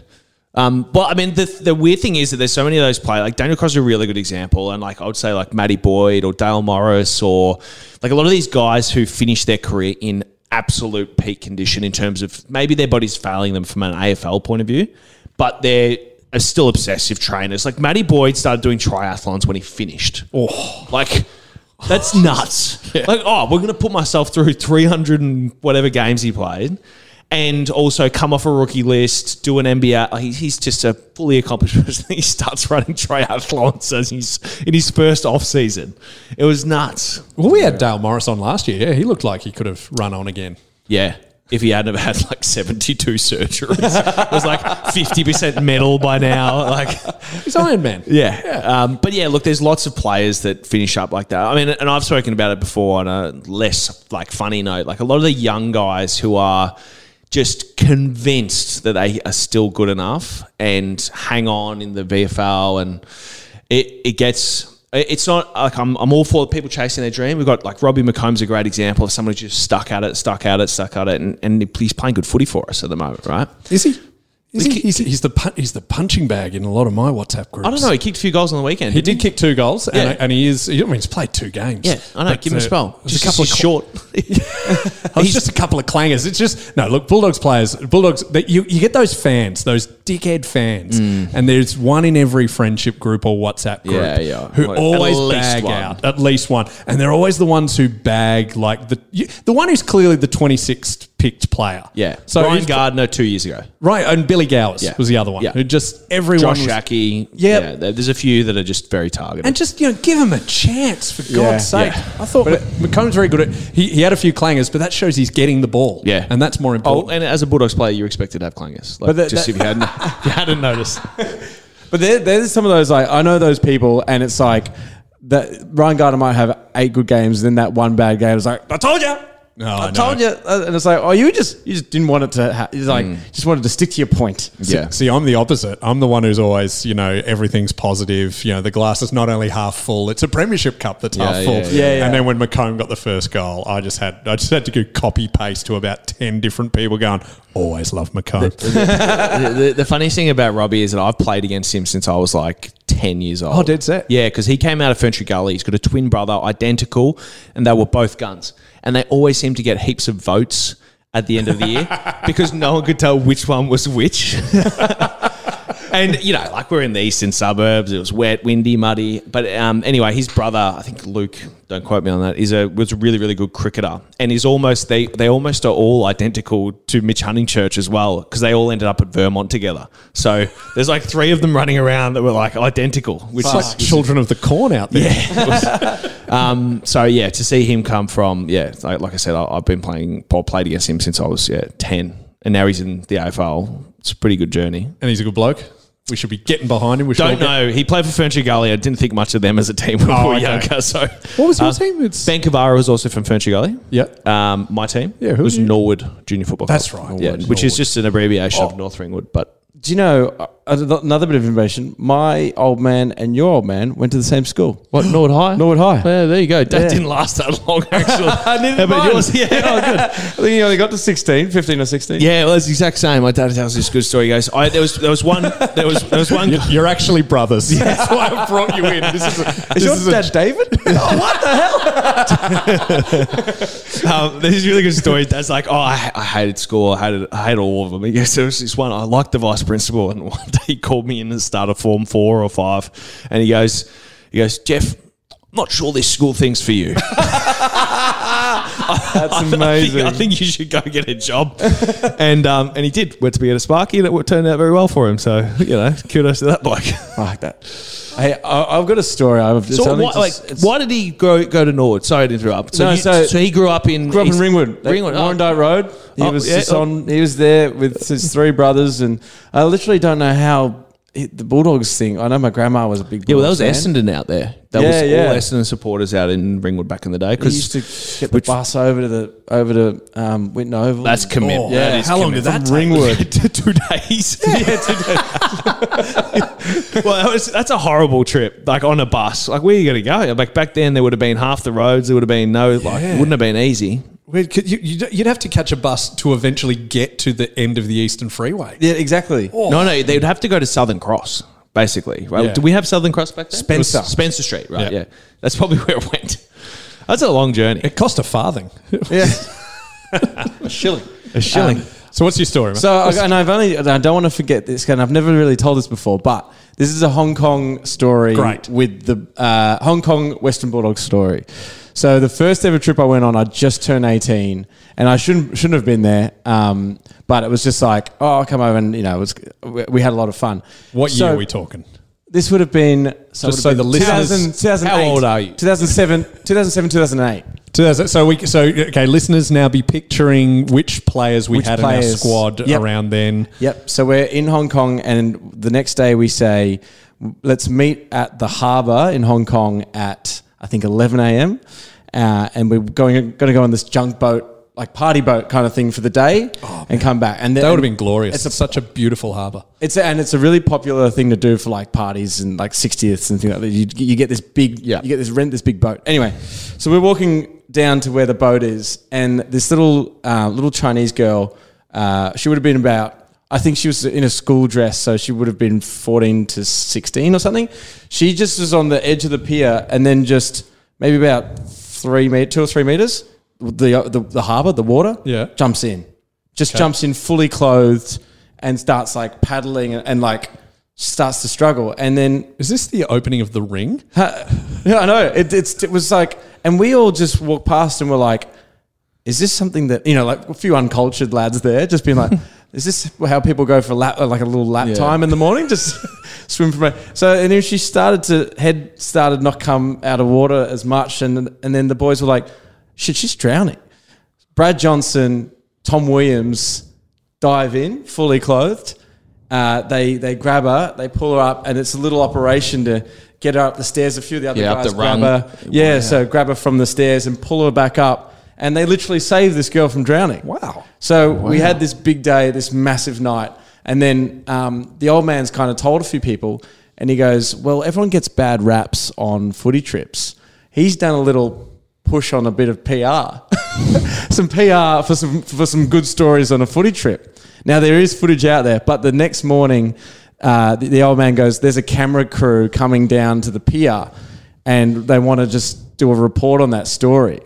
[SPEAKER 7] Um, but I mean, the the weird thing is that there's so many of those players. Like Daniel Cross is a really good example, and like I would say, like Matty Boyd or Dale Morris, or like a lot of these guys who finish their career in absolute peak condition in terms of maybe their body's failing them from an AFL point of view, but they're are still obsessive trainers. Like Matty Boyd started doing triathlons when he finished. Oh, like. That's nuts. Like, oh, we're going to put myself through 300 and whatever games he played and also come off a rookie list, do an MBA. Like, Oh, he- he's just a fully accomplished person. he starts running triathlons as he's in his first off season. It was nuts.
[SPEAKER 10] Well, we had Dale Morris on last year. Yeah, he looked like he could have run on again.
[SPEAKER 7] Yeah. If he hadn't have had like 72 surgeries, it was like 50% metal by now. Like,
[SPEAKER 10] He's Iron Man.
[SPEAKER 7] Yeah. Um, but yeah, look, there's lots of players that finish up like that. I mean, and I've spoken about it before on a less like funny note. Like a lot of the young guys who are just convinced that they are still good enough and hang on in the VFL and it, it gets it- it's not like I'm, I'm all for people chasing their dream. We've got like Robbie McComb's a great example of someone who just stuck at it, stuck at it, stuck at it, and, and he's playing good footy for us at the moment, right?
[SPEAKER 10] Is he? Is he? He's, he's the pun- he's the punching bag in a lot of my WhatsApp groups.
[SPEAKER 7] I don't know. He kicked a few goals on the weekend.
[SPEAKER 10] He
[SPEAKER 7] didn't
[SPEAKER 10] did kick two goals,
[SPEAKER 7] Yeah.
[SPEAKER 10] and, and he is. He, I mean, he's played two games.
[SPEAKER 7] Yeah, I know.
[SPEAKER 10] But,
[SPEAKER 7] give him a
[SPEAKER 10] uh,
[SPEAKER 7] spell.
[SPEAKER 10] it was
[SPEAKER 7] Just a couple of
[SPEAKER 10] he's
[SPEAKER 7] short.
[SPEAKER 10] It was just a couple of clangers. It's just no look. Bulldogs players, Bulldogs. They, you you get those fans, those dickhead fans, and there's one in every friendship group or WhatsApp group.
[SPEAKER 7] Mm. Yeah, yeah.
[SPEAKER 10] Who
[SPEAKER 7] Like, at
[SPEAKER 10] always
[SPEAKER 7] least
[SPEAKER 10] bag
[SPEAKER 7] one.
[SPEAKER 10] out at least one, and they're always the ones who bag like the you, the one who's clearly the 26th picked player.
[SPEAKER 7] yeah.
[SPEAKER 10] So
[SPEAKER 7] Ryan
[SPEAKER 10] he's-
[SPEAKER 7] Gardner two years ago.
[SPEAKER 10] right, and Billy Gowers
[SPEAKER 7] Yeah.
[SPEAKER 10] was the other one
[SPEAKER 7] Yeah.
[SPEAKER 10] who just everyone
[SPEAKER 7] Josh
[SPEAKER 10] was-
[SPEAKER 7] Shackey.
[SPEAKER 10] Yeah.
[SPEAKER 7] Yeah. there- There's a few that are just very targeted.
[SPEAKER 10] And just you know, give him a chance for God's sake.
[SPEAKER 7] Yeah.
[SPEAKER 10] I thought McComb's very good at. He, he had a few clangers, but that shows he's getting the ball.
[SPEAKER 7] Yeah.
[SPEAKER 10] and that's more important.
[SPEAKER 7] oh, and as a Bulldogs player, you're expected to have clangers. Like,
[SPEAKER 8] But that-
[SPEAKER 7] just
[SPEAKER 8] that-
[SPEAKER 7] if you hadn't, if you hadn't noticed.
[SPEAKER 8] But there, there's some of those like I know those people, and it's like that Ryan Gardner might have eight good games, then that one bad game is like I told you,
[SPEAKER 10] No,
[SPEAKER 8] I,
[SPEAKER 10] I
[SPEAKER 8] told you,
[SPEAKER 10] know. Mm.
[SPEAKER 8] uh, and it's like, oh, you just you just didn't want it to. Ha- it's like just wanted to stick to your point.
[SPEAKER 7] Yeah.
[SPEAKER 10] See, I'm the opposite. I'm the one who's always, you know, everything's positive. You know, the glass is not only half full; it's a Premiership Cup that's
[SPEAKER 7] Yeah, yeah,
[SPEAKER 10] half full.
[SPEAKER 7] yeah.
[SPEAKER 8] Yeah, yeah.
[SPEAKER 10] And then when McComb got the first goal, I just had, I just had to go copy paste to about ten different people going, "Always love McComb."
[SPEAKER 7] the, the, the funniest thing about Robbie is that I've played against him since I was like 10 years old.
[SPEAKER 10] Oh, dead set.
[SPEAKER 7] Yeah, because he came out of Ferntree Gully. He's got a twin brother, identical, and they were both guns. And they always seem to get heaps of votes at the end of the year because no one could tell which one was which. And you know, like we're in the eastern suburbs, it was wet, windy, muddy. But um, anyway, his brother, I think Luke, don't quote me on that, is a was a really really good cricketer, and he's almost they they almost are all identical to Mitch Huntingchurch as well because they all ended up at Vermont together. So there's like three of them running around that were like identical, which
[SPEAKER 10] it's
[SPEAKER 7] is
[SPEAKER 10] like children of the corn out there.
[SPEAKER 7] um, so yeah, to see him come from yeah, like, like I said, I, I've been playing, I played against him since I was yeah ten, and now he's in the AFL. It's a pretty good journey.
[SPEAKER 10] And he's a good bloke. We should be getting behind him. We should all
[SPEAKER 7] Don't
[SPEAKER 10] get-
[SPEAKER 7] know. He played for Furniture Gully. I didn't think much of them as a team when
[SPEAKER 10] Oh,
[SPEAKER 7] we were
[SPEAKER 10] okay.
[SPEAKER 7] younger. So
[SPEAKER 10] What was your
[SPEAKER 7] Uh,
[SPEAKER 10] team? It's
[SPEAKER 7] Ben Cavara was also from Furniture Gully.
[SPEAKER 10] Yeah.
[SPEAKER 7] Um, my team.
[SPEAKER 10] Yeah, who
[SPEAKER 7] was
[SPEAKER 10] was you-
[SPEAKER 7] Norwood Junior Football.
[SPEAKER 10] That's
[SPEAKER 7] Club.
[SPEAKER 10] right.
[SPEAKER 7] Yeah,
[SPEAKER 10] Norwood.
[SPEAKER 7] which is
[SPEAKER 10] Norwood. Oh.
[SPEAKER 7] just an abbreviation of North Ringwood. But
[SPEAKER 8] Do you know uh, another bit of information? My old man and your old man went to the same school.
[SPEAKER 7] what Norwood High?
[SPEAKER 8] Norwood High.
[SPEAKER 7] Yeah, there you go.
[SPEAKER 10] Oh,
[SPEAKER 7] That
[SPEAKER 8] Yeah.
[SPEAKER 7] didn't last that long, actually. Yeah, but
[SPEAKER 8] mine.
[SPEAKER 7] yours- yeah.
[SPEAKER 10] Oh,
[SPEAKER 8] I think he only got to 16, 15 or 16.
[SPEAKER 7] Yeah, well, it's the exact same. My dad tells this good story. He goes, I, there was there was one there was there was one.
[SPEAKER 10] You- You're actually brothers. That's why I brought you in. This is, a,
[SPEAKER 8] Is
[SPEAKER 10] this is
[SPEAKER 8] your
[SPEAKER 10] a-
[SPEAKER 8] dad David? oh, what the hell?
[SPEAKER 7] um, there's this really good story. That's like, oh, I, I hated school. I hated, I hated all of them. He goes, there was this one. I liked the vice principal, and one day he called me in and started form four or five, and he goes, he goes, Jeff, I'm not sure this school thing's for you.
[SPEAKER 8] That's
[SPEAKER 7] I think-
[SPEAKER 8] amazing.
[SPEAKER 7] I think you should go get a job. and um, and he did. Went to be at a Sparky. That turned out very well for him. So you know, kudos to that bloke.
[SPEAKER 8] Fuck that. Hey, I, I've got a story. I've it's
[SPEAKER 7] So
[SPEAKER 8] only
[SPEAKER 7] why,
[SPEAKER 8] just-
[SPEAKER 7] like,
[SPEAKER 8] it's-
[SPEAKER 7] why did he go go to Norwood? Sorry to interrupt. So,
[SPEAKER 8] No,
[SPEAKER 7] you-
[SPEAKER 8] so-
[SPEAKER 7] so he grew up in
[SPEAKER 8] grew up in
[SPEAKER 7] he's-
[SPEAKER 8] Ringwood,
[SPEAKER 7] Ringwood.
[SPEAKER 8] Ringwood,
[SPEAKER 7] oh.
[SPEAKER 8] Warrandyte Road. He
[SPEAKER 7] Oh,
[SPEAKER 8] was
[SPEAKER 7] yeah,
[SPEAKER 8] just
[SPEAKER 7] oh.
[SPEAKER 8] on. He was there with his three brothers, and I literally don't know how it, the Bulldogs thing. I know my grandma was a big.
[SPEAKER 7] Yeah, well, that was
[SPEAKER 8] Bulldogs fan.
[SPEAKER 7] Essendon out there. That
[SPEAKER 8] Yeah,
[SPEAKER 7] was all
[SPEAKER 8] yeah.
[SPEAKER 7] Essendon supporters out in Ringwood back in the day.
[SPEAKER 8] He used
[SPEAKER 7] Because
[SPEAKER 8] to get the bus over to the over to um, Winton Oval.
[SPEAKER 7] that's commit.
[SPEAKER 10] Oh,
[SPEAKER 7] that
[SPEAKER 8] yeah.
[SPEAKER 7] is
[SPEAKER 8] How long
[SPEAKER 7] commit.
[SPEAKER 8] did that From take? Ringwood.
[SPEAKER 7] two days. Yeah, two days. well, that was, that's a horrible trip. Like on a bus. Like where are you going to go? Like back then, there would have been half the roads. There would have been no. Like it wouldn't have been easy.
[SPEAKER 10] Wait, could you, you'd, you'd have to catch a bus to eventually get to the end of the Eastern Freeway.
[SPEAKER 8] yeah, exactly.
[SPEAKER 7] No, no, they'd have to go to Southern Cross, basically. Right?
[SPEAKER 10] Yeah.
[SPEAKER 7] Did we have Southern Cross back then?
[SPEAKER 10] Spencer.
[SPEAKER 7] It was Spencer Street, right?
[SPEAKER 10] Yeah.
[SPEAKER 7] Yeah. That's probably where it went. That's a long journey.
[SPEAKER 10] It cost a farthing.
[SPEAKER 8] Yeah.
[SPEAKER 7] A shilling. A
[SPEAKER 10] Shilling. Um, so what's your story, mate?
[SPEAKER 8] So, I- and I've only, and I don't want to forget this, and I've never really told this before, but this is a Hong Kong story
[SPEAKER 10] Great.
[SPEAKER 8] with the uh, Hong Kong Western Bulldog story. So, the first ever trip I went on, I just turned 18, and I shouldn't shouldn't have been there, um, but it was just like, oh, I'll come over, and, you know, it was, we, we had a lot of fun.
[SPEAKER 10] what
[SPEAKER 8] So,
[SPEAKER 10] year are we talking?
[SPEAKER 8] This would have been, so
[SPEAKER 10] Just so the listeners-
[SPEAKER 8] 2000, 2008,
[SPEAKER 7] How old are you?
[SPEAKER 8] 2007, 2007, 2008.
[SPEAKER 10] So, that's it. so we so okay, listeners now be picturing which players we
[SPEAKER 8] Which
[SPEAKER 10] had in our
[SPEAKER 8] players.
[SPEAKER 10] squad
[SPEAKER 8] Yep.
[SPEAKER 10] around then.
[SPEAKER 8] Yep. So we're in Hong Kong, and the next day we say, let's meet at the harbour in Hong Kong at I think 11 a.m. Uh, and we're going going to go on this junk boat, like party boat kind of thing for the day, and come back. And
[SPEAKER 10] Oh, That would have been glorious. It's
[SPEAKER 8] It's a
[SPEAKER 10] such a beautiful harbour.
[SPEAKER 8] it's a, and it's a really popular thing to do for like parties and like 60ths and things like that. You, you get this big,
[SPEAKER 7] Yeah.
[SPEAKER 8] you get this rent this big boat. Anyway, so we're walking down to where the boat is, and this little uh, little Chinese girl, uh, she would have been about, I think she was in a school dress, so she would have been 14 to 16 or something. She just was on the edge of the pier, and then just maybe about three meter, two or three meters, the the, the harbour, the water,
[SPEAKER 10] Yeah.
[SPEAKER 8] jumps in just jumps in fully clothed and starts like paddling and, and, like starts to struggle and then
[SPEAKER 10] Is this the opening of the ring?
[SPEAKER 8] yeah i know it, it's, it was like and we all just walked past and were like is this something that you know like a few uncultured lads there just being like is this how people go for a lap like a little lap time in the morning just swim from it so and then she started to head started not come out of water as much and and then the boys were like shit she's drowning Brad Johnson, Tom Williams dive in fully clothed. Uh, they they grab her, they pull her up, and it's a little operation to get her up the stairs. A few of the other
[SPEAKER 7] Yeah, up
[SPEAKER 8] guys
[SPEAKER 7] the
[SPEAKER 8] grab
[SPEAKER 7] rung.
[SPEAKER 8] her. Yeah, so grab her from the stairs and pull her back up. and they literally saved this girl from drowning.
[SPEAKER 10] Wow.
[SPEAKER 8] So we had this big day, this massive night, and then um, the old man's kind of told a few people, and he goes, "Well, everyone gets bad raps on footy trips. He's done a little push on a bit of PR, some PR for some for some good stories on a footy trip. Now there is footage out there, but the next morning." Uh, the, the old man goes, There's a camera crew coming down to the pier and they want to just do a report on that story.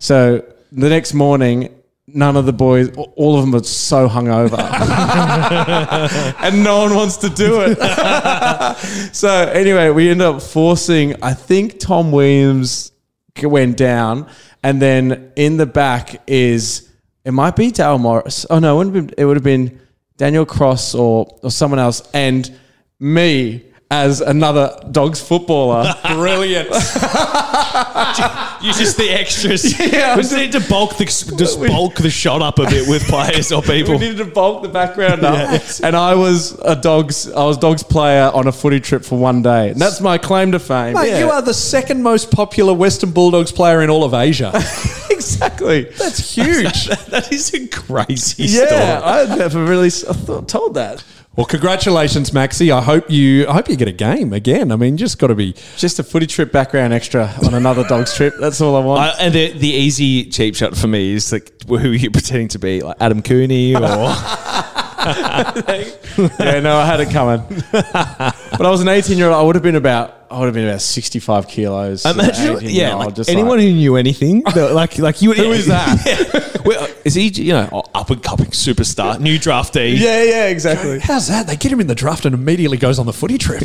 [SPEAKER 8] So the next morning, none of the boys, all of them are so hungover, and no one wants to do it. so anyway, we end up forcing. I think Tom Williams went down, and then in the back is it might be Dale Morris. Oh no, it would have been, it would have been Daniel Cross or or someone else, and me. As another dogs footballer,
[SPEAKER 10] Brilliant.
[SPEAKER 7] You're just the extras.
[SPEAKER 8] Yeah.
[SPEAKER 7] we just need to bulk the just bulk the shot up a bit with players or people.
[SPEAKER 8] We needed to bulk the background up. And I was a dogs I was dogs player on a footy trip for one day. And that's my claim to fame.
[SPEAKER 10] Mate, you are the second most popular Western Bulldogs player in all of Asia.
[SPEAKER 8] exactly.
[SPEAKER 10] That's huge.
[SPEAKER 7] that is a crazy
[SPEAKER 8] yeah,
[SPEAKER 7] story.
[SPEAKER 8] I never really s- I thought, told that.
[SPEAKER 10] well, congratulations, Maxi. I hope you. I hope you get a game again. I mean, just got to be.
[SPEAKER 8] Just a footy trip background extra on another dogs trip. That's all I want.
[SPEAKER 7] I, and the, the easy cheap shot for me is like, who are you pretending to be? Like Adam Cooney or
[SPEAKER 8] yeah, no, I had it coming. but I was an 18 year old. I would have been about I would have been about 65 kilos.
[SPEAKER 7] Imagine,
[SPEAKER 8] 18 year
[SPEAKER 7] yeah,
[SPEAKER 8] old,
[SPEAKER 7] like
[SPEAKER 8] just
[SPEAKER 7] anyone who knew anything, they're like like you. Who
[SPEAKER 8] is that?
[SPEAKER 7] Well, is he you know up and coming superstar, new draftee?
[SPEAKER 8] yeah, yeah, exactly.
[SPEAKER 10] How's that? They get him in the draft and immediately goes on the footy trip.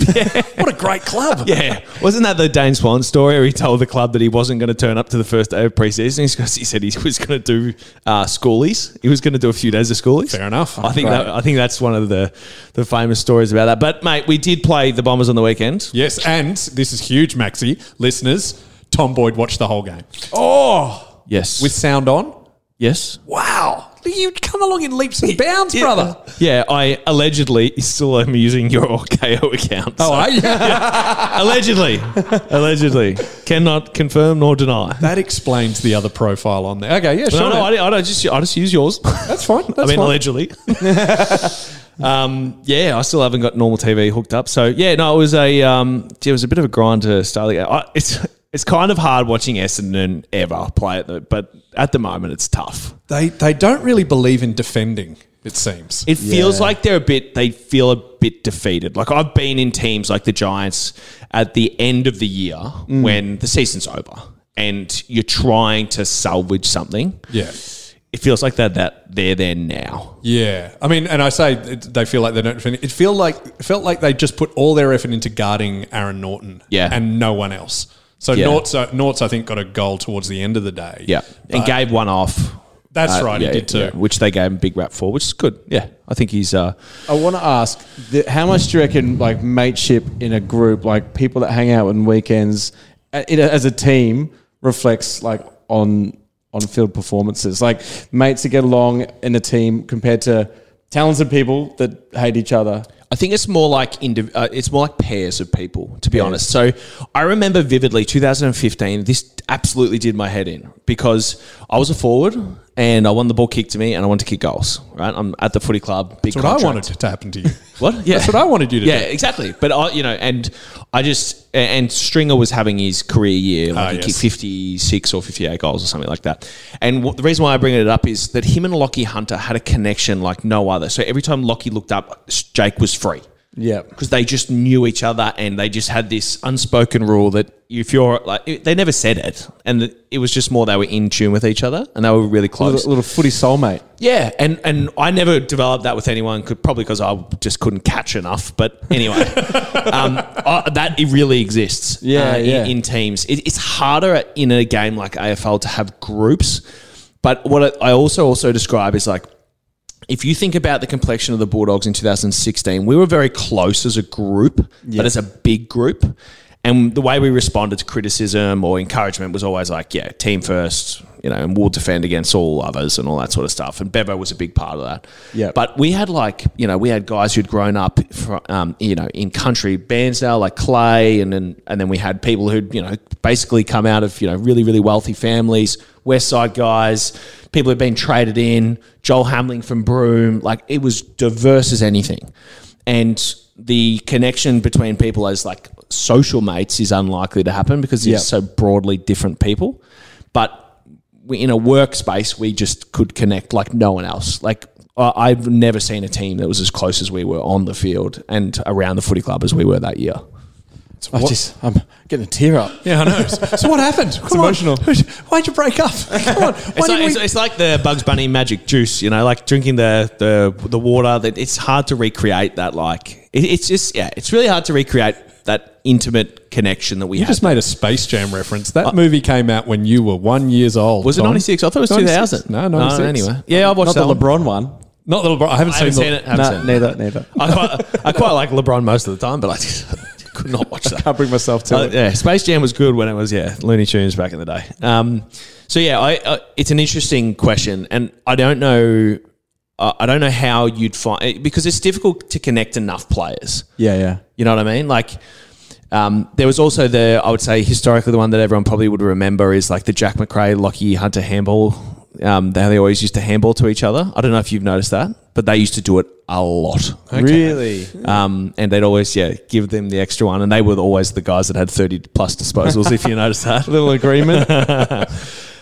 [SPEAKER 10] what a great club.
[SPEAKER 7] Yeah, wasn't that the Dane Swan story where he told the club that he wasn't going to turn up to the first day of preseason? He's got- he said he was going to do uh, schoolies. He was going to do a few days of schoolies.
[SPEAKER 10] Fair enough.
[SPEAKER 7] I think
[SPEAKER 10] Right.
[SPEAKER 7] that, I think that's one of the the famous stories about that. But mate, we did play the Bombers on the weekend.
[SPEAKER 10] Yes, and this is huge, Maxi. Listeners, Tom Boyd watched the whole game.
[SPEAKER 7] Oh, yes,
[SPEAKER 10] With sound on?
[SPEAKER 7] yes.
[SPEAKER 10] Wow. You come along in leaps and bounds, brother.
[SPEAKER 7] Yeah, I allegedly still am using your KO account.
[SPEAKER 10] Oh,
[SPEAKER 7] so-
[SPEAKER 10] are you?
[SPEAKER 7] allegedly, allegedly, cannot confirm nor deny.
[SPEAKER 10] That explains the other profile on there. Okay, yeah, sure.
[SPEAKER 7] no, no,
[SPEAKER 10] mate.
[SPEAKER 7] I, I don't just I just use yours.
[SPEAKER 10] that's fine. That's
[SPEAKER 7] I mean,
[SPEAKER 10] fine.
[SPEAKER 7] allegedly. um, yeah, I still haven't got normal TV hooked up. So yeah, no, it was a um, gee, it was a bit of a grind to start. the game. I, it's it's kind of hard watching Essendon ever play it, though, but at the moment it's tough.
[SPEAKER 10] They, they don't really believe in defending, it seems.
[SPEAKER 7] It feels like they're a bit. They feel a bit defeated. Like I've been in teams like the Giants at the end of the year
[SPEAKER 10] Mm.
[SPEAKER 7] when the season's over and you're trying to salvage something.
[SPEAKER 10] yeah.
[SPEAKER 7] It feels like that that they're there now.
[SPEAKER 10] Yeah, I mean, and I say it- they feel like they don't defend. It feel like it felt like they just put all their effort into guarding Aaron Norton,
[SPEAKER 7] Yeah.
[SPEAKER 10] and no one else. So
[SPEAKER 7] Yeah.
[SPEAKER 10] Nort's, uh, Nort's, I think, got a goal towards the end of the day.
[SPEAKER 7] Yeah, and
[SPEAKER 10] But-
[SPEAKER 7] gave one off.
[SPEAKER 10] That's
[SPEAKER 7] Uh,
[SPEAKER 10] right,
[SPEAKER 7] yeah,
[SPEAKER 10] he did too.
[SPEAKER 7] yeah, which they gave him big rap for, which is good. Yeah, I think he's. Uh,
[SPEAKER 8] I want to ask, the, how much do you reckon like mateship in a group, like people that hang out on weekends, a- it, as a team, reflects like on on field performances, like mates that get along in a team compared to talented people that hate each other.
[SPEAKER 7] I think it's more like indiv- uh, it's more like pairs of people, to be honest. So I remember vividly 2015. This absolutely did my head in because I was a forward and I won the ball kicked to me and I wanted to kick goals. Right, I'm at the footy club. Big
[SPEAKER 10] That's what I
[SPEAKER 7] contract.
[SPEAKER 10] wanted to happen to you.
[SPEAKER 7] What? Yeah.
[SPEAKER 10] That's what I wanted you to
[SPEAKER 7] yeah,
[SPEAKER 10] do.
[SPEAKER 7] exactly. But I, you know, and I just and Stringer was having his career year, like
[SPEAKER 10] Ah,
[SPEAKER 7] he
[SPEAKER 10] yes.
[SPEAKER 7] kicked fifty six or fifty eight goals or something like that. And what, the reason why I bring it up is that him and Lockie Hunter had a connection like no other. So every time Lockie looked up, Jake was free
[SPEAKER 8] Yeah,
[SPEAKER 7] because they just knew each other and they just had this unspoken rule that if you're like it- they never said it, and it was just more they were in tune with each other and they were really close.
[SPEAKER 8] little, little footy soulmate.
[SPEAKER 7] Yeah, and and I never developed that with anyone, could, probably because I just couldn't catch enough. But anyway, um, I, that it really exists. uh,
[SPEAKER 8] Yeah,
[SPEAKER 7] in,
[SPEAKER 8] yeah.
[SPEAKER 7] in teams, it, it's harder at- in a game like AFL to have groups. But what I I also also describe is like if you think about the complexion of the Bulldogs in 2016, we were very close as a group, but as a big group. And the way we responded to criticism or encouragement was always like, yeah, team first, you know, and we'll defend against all others and all that sort of stuff. And Bevo was a big part of that.
[SPEAKER 8] Yeah.
[SPEAKER 7] But we had like, you know, we had guys who'd grown up, fr um, you know, in country bands now, like Clay, and then and then we had people who'd, you know, basically come out of you know really really wealthy families, West Side guys, people who'd been traded in, Joel Hamling from Broome, like it was diverse as anything, and the connection between people as like social mates is unlikely to happen because they're
[SPEAKER 8] Yeah.
[SPEAKER 7] so broadly different people, but we, in a workspace, we just could connect like no one else. Like I- I've never seen a team that was as close as we were on the field and around the footy club as we were that year.
[SPEAKER 8] I just, I'm getting a tear up.
[SPEAKER 10] Yeah, I know. So what happened? It's
[SPEAKER 7] emotional.
[SPEAKER 10] Why'd you break up? Come on. Why
[SPEAKER 7] It's
[SPEAKER 10] did
[SPEAKER 7] like,
[SPEAKER 10] we-
[SPEAKER 7] it's, it's like the Bugs Bunny magic juice, you know, like drinking the the, the water. That it's hard to recreate that. Like it, it's just yeah, it's really hard to recreate that intimate connection that we
[SPEAKER 10] you
[SPEAKER 7] had.
[SPEAKER 10] just made a Space Jam reference. That movie came out when you were one years
[SPEAKER 7] Uh,
[SPEAKER 10] old.
[SPEAKER 7] was it
[SPEAKER 10] Tom.
[SPEAKER 7] ninety six? I thought it was two
[SPEAKER 10] 96?
[SPEAKER 7] thousand.
[SPEAKER 10] No, 96.
[SPEAKER 7] anyway, yeah, I watched
[SPEAKER 8] Not
[SPEAKER 7] that
[SPEAKER 8] the
[SPEAKER 7] one.
[SPEAKER 8] LeBron one.
[SPEAKER 10] Not the LeBron. I haven't,
[SPEAKER 7] I haven't
[SPEAKER 10] seen,
[SPEAKER 7] seen
[SPEAKER 10] the,
[SPEAKER 7] it. Haven't
[SPEAKER 8] No,
[SPEAKER 7] seen it.
[SPEAKER 8] neither, neither.
[SPEAKER 7] I quite, I quite like LeBron most of the time, but I just could not watch that.
[SPEAKER 8] Can't bring myself to
[SPEAKER 7] Uh,
[SPEAKER 8] it.
[SPEAKER 7] yeah, Space Jam was good when it was yeah Looney Tunes back in the day. Um, so yeah, I, uh, it's an interesting question, and I don't know, uh, I don't know how you'd find because it's difficult to connect enough players.
[SPEAKER 8] Yeah, yeah.
[SPEAKER 7] You know what I mean? Like, um, there was also the, I would say, historically, the one that everyone probably would remember is like the Jack McRae, Lockie Hunter handball. Um, they, they always used to handball to each other. I don't know if you've noticed that, but they used to do it a lot.
[SPEAKER 8] Really?
[SPEAKER 7] Um, and they'd always, yeah, give them the extra one. And they were always the guys that had 30 plus disposals, if you notice that.
[SPEAKER 8] Little agreement.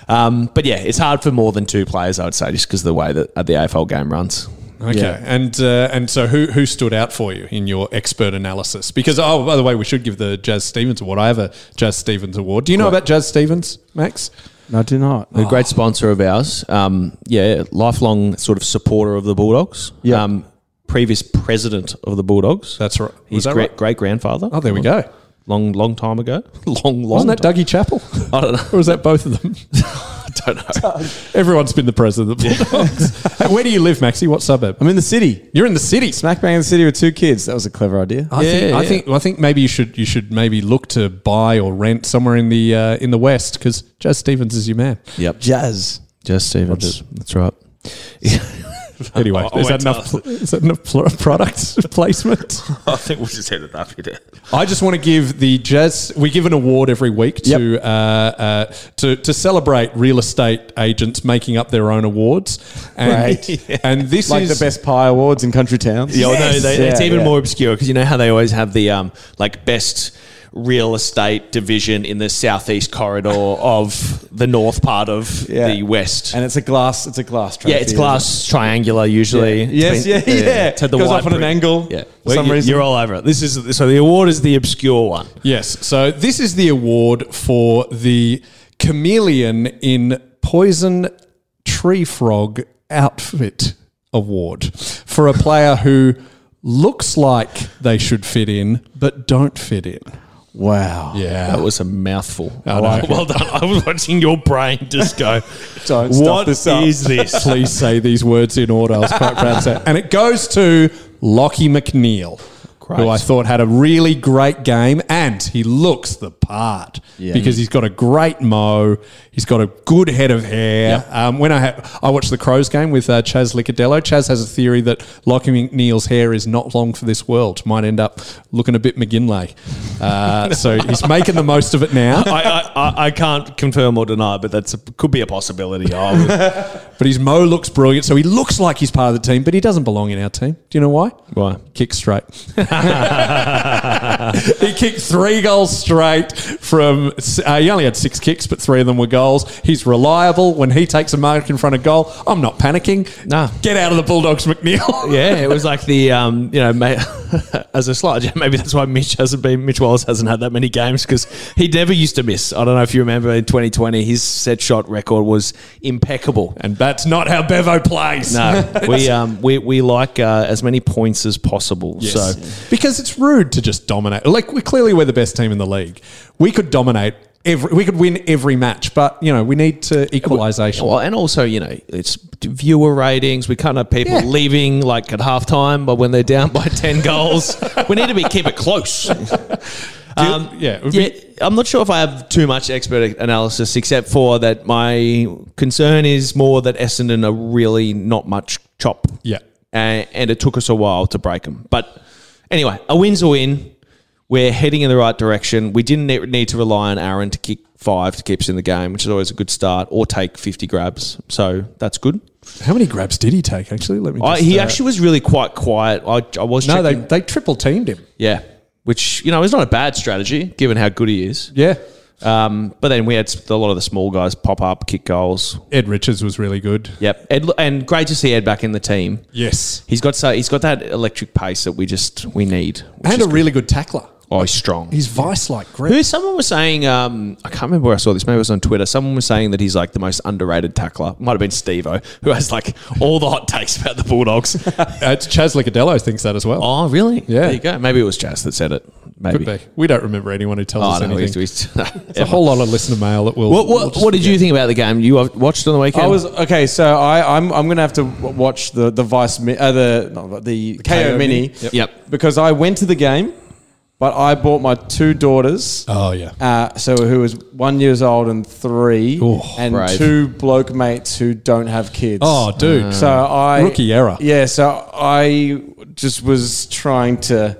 [SPEAKER 7] Um, but yeah, it's hard for more than two players, I would say, just because of the way that uh, the AFL game runs.
[SPEAKER 10] Okay, and uh, and so who who stood out for you in your expert analysis? Because oh, by the way, we should give the Jazz Stevens Award. I have a Jazz Stevens Award. Do you know about Jazz Stevens, Max?
[SPEAKER 8] no, I do not.
[SPEAKER 7] A great sponsor of ours. Um, yeah, lifelong sort of supporter of the Bulldogs.
[SPEAKER 8] Yeah.
[SPEAKER 7] Um, previous president of the Bulldogs.
[SPEAKER 10] That's right. Was
[SPEAKER 7] His
[SPEAKER 10] that
[SPEAKER 7] great
[SPEAKER 10] right?
[SPEAKER 7] great grandfather.
[SPEAKER 10] Oh, there we go.
[SPEAKER 7] Long, long time ago. Long, long.
[SPEAKER 10] Wasn't that
[SPEAKER 7] time.
[SPEAKER 10] Dougie Chappell?
[SPEAKER 7] I don't know.
[SPEAKER 10] Or was that both of them?
[SPEAKER 7] I don't know.
[SPEAKER 10] Everyone's been the president of the Bulldogs. Hey, where do you live, Maxie? What suburb?
[SPEAKER 8] I'm in the city.
[SPEAKER 10] You're in the city.
[SPEAKER 8] Smack bang in the city with two kids. That was a clever idea.
[SPEAKER 10] I think,
[SPEAKER 7] Yeah,
[SPEAKER 10] I
[SPEAKER 7] yeah.
[SPEAKER 10] think I think maybe you should you should maybe look to buy or rent somewhere in the uh, in the west because Jazz Stevens is your man.
[SPEAKER 7] Yep.
[SPEAKER 8] Jazz.
[SPEAKER 7] Just Stevens. That's right.
[SPEAKER 10] Anyway,
[SPEAKER 7] Oh, I
[SPEAKER 10] is that
[SPEAKER 7] won't
[SPEAKER 10] enough? Is that enough pl- product placement?
[SPEAKER 7] I think we'll just end it up here.
[SPEAKER 10] I just want to give the Jazz. We give an award every week to uh, uh, to to celebrate real estate agents making up their own awards. And,
[SPEAKER 8] Right.
[SPEAKER 10] and this
[SPEAKER 8] Like
[SPEAKER 10] is
[SPEAKER 8] the best pie awards in country towns.
[SPEAKER 7] Yeah, well, no,
[SPEAKER 8] Yes.
[SPEAKER 7] they, it's
[SPEAKER 8] Yeah,
[SPEAKER 7] even
[SPEAKER 8] yeah.
[SPEAKER 7] more obscure because you know how they always have the um, like best real estate division in the southeast corridor of the north part of
[SPEAKER 8] Yeah.
[SPEAKER 7] the west.
[SPEAKER 8] And it's a glass. It's a glass. Trophy,
[SPEAKER 7] yeah, it's
[SPEAKER 8] isn't
[SPEAKER 7] glass triangular usually.
[SPEAKER 8] Yeah. Yes,
[SPEAKER 7] Between-
[SPEAKER 8] yeah, yeah.
[SPEAKER 7] To the
[SPEAKER 8] Goes
[SPEAKER 7] wide
[SPEAKER 8] off at an
[SPEAKER 7] print.
[SPEAKER 8] angle
[SPEAKER 7] Yeah,
[SPEAKER 8] for
[SPEAKER 7] Well,
[SPEAKER 8] some
[SPEAKER 7] you-
[SPEAKER 8] reason.
[SPEAKER 7] You're all over it. This is so the award is the obscure one.
[SPEAKER 10] yes. So this is the award for the chameleon in poison tree frog outfit award for a player who looks like they should fit in but don't fit in.
[SPEAKER 8] it? Wow.
[SPEAKER 10] Yeah.
[SPEAKER 7] That was a mouthful.
[SPEAKER 10] I
[SPEAKER 7] well,
[SPEAKER 10] know.
[SPEAKER 7] well done. I was watching your brain just go.
[SPEAKER 8] Don't stuff
[SPEAKER 7] what
[SPEAKER 8] this up."
[SPEAKER 7] is this?
[SPEAKER 10] please say these words in order. I was quite proud of that. And it goes to Lockie McNeil, who I thought had a really great game, and he looks the part because he's got a great mo, he's got a good head of hair. Um, when I had, I watched the Crows game with uh, Chaz Licadello, Chaz has a theory that Lockie McNeil's hair is not long for this world, might end up looking a bit McGinley. Uh, so he's making the most of it now.
[SPEAKER 7] I, I, I- I can't confirm or deny, but that's a, could be a possibility. I would-
[SPEAKER 10] But his mo looks brilliant, so he looks like he's part of the team, but he doesn't belong in our team. Do you know why?
[SPEAKER 7] Why?
[SPEAKER 10] Kick straight. he kicked three goals straight from. Uh, he only had six kicks, but three of them were goals. He's reliable when he takes a mark in front of goal. I'm not panicking.
[SPEAKER 7] Nah.
[SPEAKER 10] get out of the Bulldogs, McNeil.
[SPEAKER 7] Yeah, it was like the um, you know, ma- as a slide. yeah, Maybe that's why Mitch hasn't been Mitch Wallace hasn't had that many games because he never used to miss. I don't know if you remember in 2020, his set shot record was impeccable.
[SPEAKER 10] and that's not how Bevo plays.
[SPEAKER 7] No, we um, we we like uh, as many points as possible. So
[SPEAKER 10] because it's rude to just dominate. Like we clearly we're the best team in the league. We could dominate every. We could win every match, but you know we need to equalisation.
[SPEAKER 7] Well, and also, you know, it's viewer ratings. We can't have people
[SPEAKER 10] Yeah.
[SPEAKER 7] leaving like at halftime, but when they're down by 10 goals, we need to be keep it close. Um,
[SPEAKER 10] yeah, it would
[SPEAKER 7] yeah. I'm not sure if I have too much expert analysis, except for that my concern is more that Essendon are really not much chop.
[SPEAKER 10] Yeah.
[SPEAKER 7] A- and, it took us a while to break them. But anyway, a win's a win. We're heading in the right direction. We didn't ne- need to rely on Aaron to kick five to keep us in the game, which is always a good start, or take 50 grabs. So that's good.
[SPEAKER 10] How many grabs did he take? Actually, let me.
[SPEAKER 7] I,
[SPEAKER 10] Just,
[SPEAKER 7] he
[SPEAKER 10] uh,
[SPEAKER 7] actually was really quite quiet. I, I was
[SPEAKER 10] No, they,
[SPEAKER 7] checking-
[SPEAKER 10] they triple teamed him.
[SPEAKER 7] yeah, which you know is not a bad strategy given how good he is.
[SPEAKER 10] Yeah,
[SPEAKER 7] Um, but then we had s- a lot of the small guys pop up, kick goals.
[SPEAKER 10] Ed Richards was really good.
[SPEAKER 7] Yep, Ed, and great to see Ed back in the team.
[SPEAKER 10] Yes,
[SPEAKER 7] He's got so he's got that electric pace that we just we need. which
[SPEAKER 10] and
[SPEAKER 7] is
[SPEAKER 10] a really good tackler.
[SPEAKER 7] good. oh, he's strong.
[SPEAKER 10] He's vice like grip.
[SPEAKER 7] Who someone was saying? Um, I can't remember where I saw this. Maybe it was on Twitter. Someone was saying that he's like the most underrated tackler. Might have been Stevo, who has like all the hot takes about the Bulldogs.
[SPEAKER 10] Uh, it's Chaz Licadello thinks that as well.
[SPEAKER 7] oh, really?
[SPEAKER 10] Yeah.
[SPEAKER 7] There you go. Maybe it was Jazz that said it. Maybe.
[SPEAKER 10] Could be. We don't remember anyone who tells
[SPEAKER 7] Oh,
[SPEAKER 10] us
[SPEAKER 7] no,
[SPEAKER 10] anything.
[SPEAKER 7] he's, he's,
[SPEAKER 10] It's a whole lot of listener mail that will.
[SPEAKER 7] What, what, what did you think about the game? You watched on the weekend?
[SPEAKER 8] I was okay, so I, I'm I'm gonna have to w- watch the the Vice Mi- uh, the, no, the KO, Mini,
[SPEAKER 7] Yep. Yep.
[SPEAKER 8] because I went to the game, but I bought my two daughters.
[SPEAKER 10] Oh yeah.
[SPEAKER 8] Uh, so who was one years old and three,
[SPEAKER 10] Ooh,
[SPEAKER 8] and
[SPEAKER 7] brave.
[SPEAKER 8] two bloke mates who don't have kids.
[SPEAKER 10] Oh, dude.
[SPEAKER 7] Uh,
[SPEAKER 8] So
[SPEAKER 7] Mm.
[SPEAKER 8] I
[SPEAKER 10] Rookie error.
[SPEAKER 8] Yeah, so I just was trying to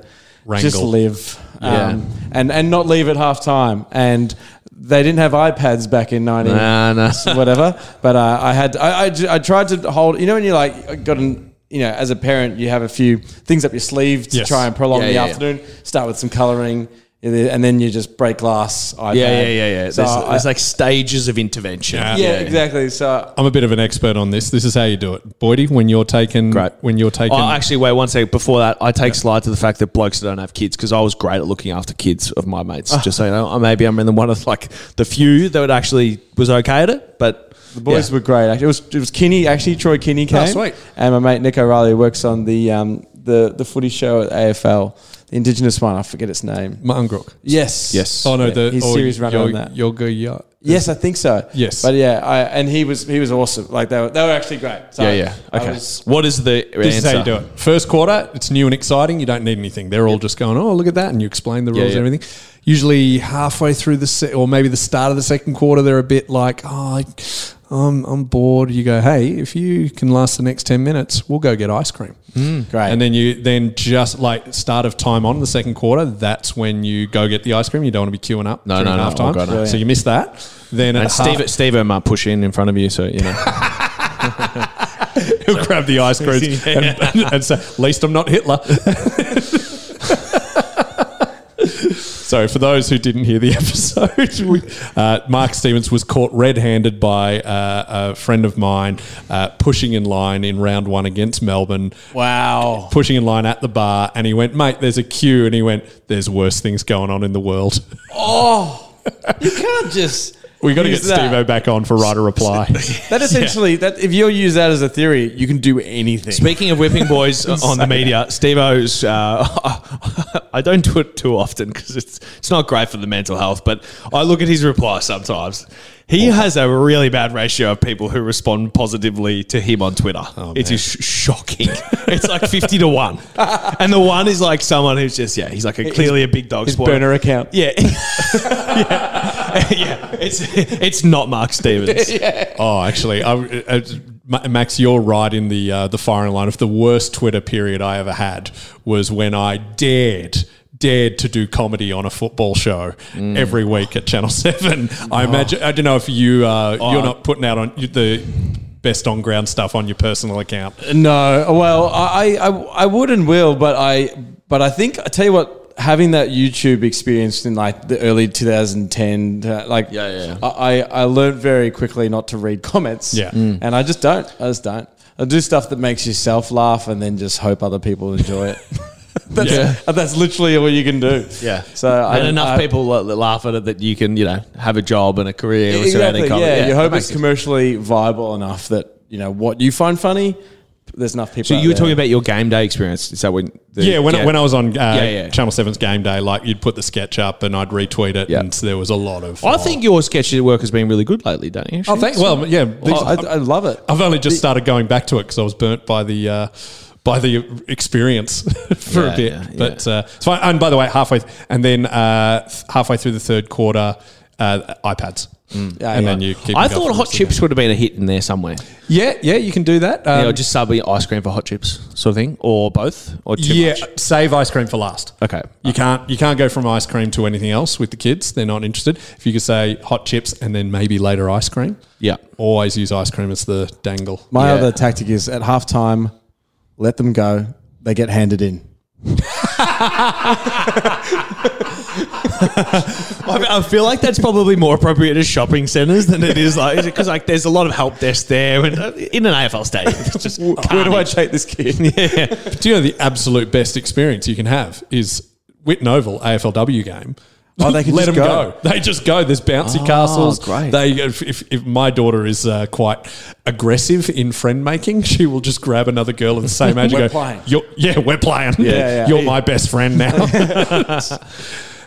[SPEAKER 8] just
[SPEAKER 10] Wrangle.
[SPEAKER 8] live, um,
[SPEAKER 7] Yeah.
[SPEAKER 8] and and not leave at half time. And they didn't have iPads back in ninety
[SPEAKER 7] Nah, nah.
[SPEAKER 8] whatever. But uh, I had I, I j- I tried to hold. You know when you like got an you know as a parent you have a few things up your sleeve to
[SPEAKER 10] Yes.
[SPEAKER 8] try and prolong
[SPEAKER 7] Yeah,
[SPEAKER 8] the
[SPEAKER 7] yeah, yeah.
[SPEAKER 8] afternoon. Start with some coloring. And then you just break glass. iPad.
[SPEAKER 7] Yeah, yeah, yeah, yeah.
[SPEAKER 8] So
[SPEAKER 7] there's,
[SPEAKER 8] I-
[SPEAKER 7] there's like stages of intervention.
[SPEAKER 10] Yeah.
[SPEAKER 8] yeah, exactly. So
[SPEAKER 10] I'm a bit of an expert on this. This is how you do it, Boydie. When you're taken,
[SPEAKER 7] Great.
[SPEAKER 10] when you're taken,
[SPEAKER 7] Oh, actually, wait one second. Before that, I take slide to the fact that blokes that don't have kids because I was great at looking after kids of my mates.
[SPEAKER 8] Ah.
[SPEAKER 7] Just so you know, I- maybe I'm in the one of like the few that actually was okay at it. But
[SPEAKER 8] The boys were great. Actually, it was it was Kinney actually. Troy Kinney came.
[SPEAKER 10] Oh, sweet.
[SPEAKER 8] And my mate Nick O'Reilly works on the um, the the footy show at AFL, the Indigenous one. I forget its name.
[SPEAKER 10] Mangrook.
[SPEAKER 8] Yes.
[SPEAKER 7] Yes.
[SPEAKER 10] Oh no, the
[SPEAKER 8] He's
[SPEAKER 10] or
[SPEAKER 8] series runner
[SPEAKER 10] Yo-
[SPEAKER 8] on that.
[SPEAKER 10] Yoga, yeah.
[SPEAKER 8] Yes, I think so.
[SPEAKER 10] Yes.
[SPEAKER 8] But yeah, I, and he was he was awesome. Like they were they were actually great. So
[SPEAKER 7] yeah, yeah,
[SPEAKER 8] I
[SPEAKER 7] okay.
[SPEAKER 8] was-
[SPEAKER 7] what is the answer?
[SPEAKER 10] This is how you do it. First quarter, it's new and exciting. You don't need anything. They're all just going, oh, look at that. And you explain the rules
[SPEAKER 7] yeah.
[SPEAKER 10] and everything. Usually halfway through the se- or maybe the start of the second quarter, they're a bit like, oh, I, I'm, I'm bored. You go, hey, if you can last the next 10 minutes, we'll go get ice cream.
[SPEAKER 8] Great.
[SPEAKER 10] And then you, then just like start of time on the second quarter, that's when you go get the ice cream. You don't want to be queuing up
[SPEAKER 7] No,
[SPEAKER 10] during
[SPEAKER 7] no, no. Oh,
[SPEAKER 10] halftime.
[SPEAKER 7] God, no.
[SPEAKER 10] So you miss that. Then
[SPEAKER 7] And
[SPEAKER 10] at half-
[SPEAKER 7] Steve, Steve might push in in front of you, so you know.
[SPEAKER 10] He'll grab the ice cream and, and, and say, "At least I'm not Hitler." Sorry, for those who didn't hear the episode, we, uh, Mark Stevens was caught red-handed by uh, a friend of mine uh, pushing in line in round one against Melbourne.
[SPEAKER 8] wow.
[SPEAKER 10] Pushing in line at the bar, and he went, "Mate, there's a queue," and he went, "There's worse things going on in the world."
[SPEAKER 8] Oh, you can't just.
[SPEAKER 10] We got to get
[SPEAKER 8] use
[SPEAKER 10] Steve O
[SPEAKER 8] that.
[SPEAKER 10] back on for right of reply.
[SPEAKER 8] That essentially, that if you use that as a theory, you can do anything.
[SPEAKER 7] Speaking of whipping boys on the media, Steve O's, uh, I don't do it too often because it's, it's not great for the mental health, but I look at his reply sometimes. He has a really bad ratio of people who respond positively to him on Twitter. it is sh- shocking. it's like 50 to 1. And the one is like someone who's just, yeah, he's like a, clearly a big dog
[SPEAKER 8] his
[SPEAKER 7] supporter.
[SPEAKER 8] burner account.
[SPEAKER 7] Yeah. yeah. yeah. It's, it's not Mark Stevens.
[SPEAKER 10] Oh, actually, I, I- Ma- Max, you're right in the uh, the firing line of the worst Twitter period I ever had was when I dared dared to do comedy on a football show
[SPEAKER 7] Mm.
[SPEAKER 10] every week at Channel Seven. I
[SPEAKER 7] Oh.
[SPEAKER 10] imagine I don't know if you uh, you're not putting out on you- the best on ground stuff on your personal account.
[SPEAKER 7] Uh,
[SPEAKER 8] No, well, I, I, I would and will, but I, but I think I tell you what, having that YouTube experience in like the early 2010, uh, like
[SPEAKER 7] Yeah, yeah, yeah.
[SPEAKER 8] I, I I learned very quickly not to read comments.
[SPEAKER 10] Yeah. Mm.
[SPEAKER 8] and I just don't. I just don't. I do stuff that makes yourself laugh, and then just hope other people enjoy it. that's, uh, that's literally all you can do.
[SPEAKER 7] Yeah.
[SPEAKER 8] So I-
[SPEAKER 7] and enough
[SPEAKER 8] I-
[SPEAKER 7] people la- la- laugh at it that you can, you know, have a job and a career. surrounding
[SPEAKER 8] Exactly. Yeah,
[SPEAKER 7] comedy.
[SPEAKER 8] you
[SPEAKER 7] that
[SPEAKER 8] hope
[SPEAKER 7] makes
[SPEAKER 8] it's
[SPEAKER 7] sense.
[SPEAKER 8] commercially viable enough that you know what you find funny. There's enough people.
[SPEAKER 7] So
[SPEAKER 8] out
[SPEAKER 7] you were
[SPEAKER 8] there.
[SPEAKER 7] talking about your game day experience. Is that when? The,
[SPEAKER 10] Yeah, when, I, when I was on uh,
[SPEAKER 7] yeah.
[SPEAKER 10] Channel 7's Game Day, like you'd put the sketch up and I'd retweet it,
[SPEAKER 7] Yeah.
[SPEAKER 10] and so there was a lot of.
[SPEAKER 7] I think your sketch work has been really good lately, don't you?
[SPEAKER 10] Oh, thank. Well, yeah. these-
[SPEAKER 8] I, I love it.
[SPEAKER 10] I've only just started going back to it because I was burnt by the uh, by the experience for
[SPEAKER 7] Yeah,
[SPEAKER 10] a bit.
[SPEAKER 7] yeah, yeah.
[SPEAKER 10] But uh, it's fine. And by the way, halfway th- and then uh, th- halfway through the third quarter, uh,
[SPEAKER 7] Mm.
[SPEAKER 10] iPads.
[SPEAKER 8] Yeah,
[SPEAKER 10] and
[SPEAKER 8] yeah.
[SPEAKER 10] then you keep.
[SPEAKER 7] I
[SPEAKER 10] it going
[SPEAKER 7] thought
[SPEAKER 10] for the
[SPEAKER 7] hot
[SPEAKER 10] rest of the
[SPEAKER 7] chips would have been a hit in there somewhere.
[SPEAKER 10] game. Yeah, yeah, you can do that. Um,
[SPEAKER 7] yeah, or just sub ice cream for hot chips, sort of thing, or both, or too
[SPEAKER 10] yeah,
[SPEAKER 7] much.
[SPEAKER 10] save ice cream for last.
[SPEAKER 7] Okay.
[SPEAKER 10] You can't you can't go from ice cream to anything else with the kids. They're not interested. If you could say hot chips and then maybe later ice cream.
[SPEAKER 7] Yeah.
[SPEAKER 10] Always use ice cream as the dangle.
[SPEAKER 8] My
[SPEAKER 7] Yeah.
[SPEAKER 8] other tactic is at halftime, let them go. They get handed in.
[SPEAKER 7] I, I feel like that's probably more appropriate as shopping centres than it is like because like there's a lot of help desk there and uh, in an AFL stadium. It's just where do I take this kid? Yeah,
[SPEAKER 10] Do you know the absolute best experience you can have is Witten Oval AFLW game.
[SPEAKER 8] Oh, they could
[SPEAKER 10] Let
[SPEAKER 8] just
[SPEAKER 10] them
[SPEAKER 8] go. Oh,
[SPEAKER 10] go. They just go. There's bouncy castles.
[SPEAKER 8] great.
[SPEAKER 10] They if, if, if my daughter is uh, quite aggressive in friend making, she will just grab another girl of the same age.
[SPEAKER 8] We're
[SPEAKER 10] and go,
[SPEAKER 8] playing.
[SPEAKER 10] You're, yeah, we're playing. Yeah,
[SPEAKER 8] yeah.
[SPEAKER 10] You're my best friend now.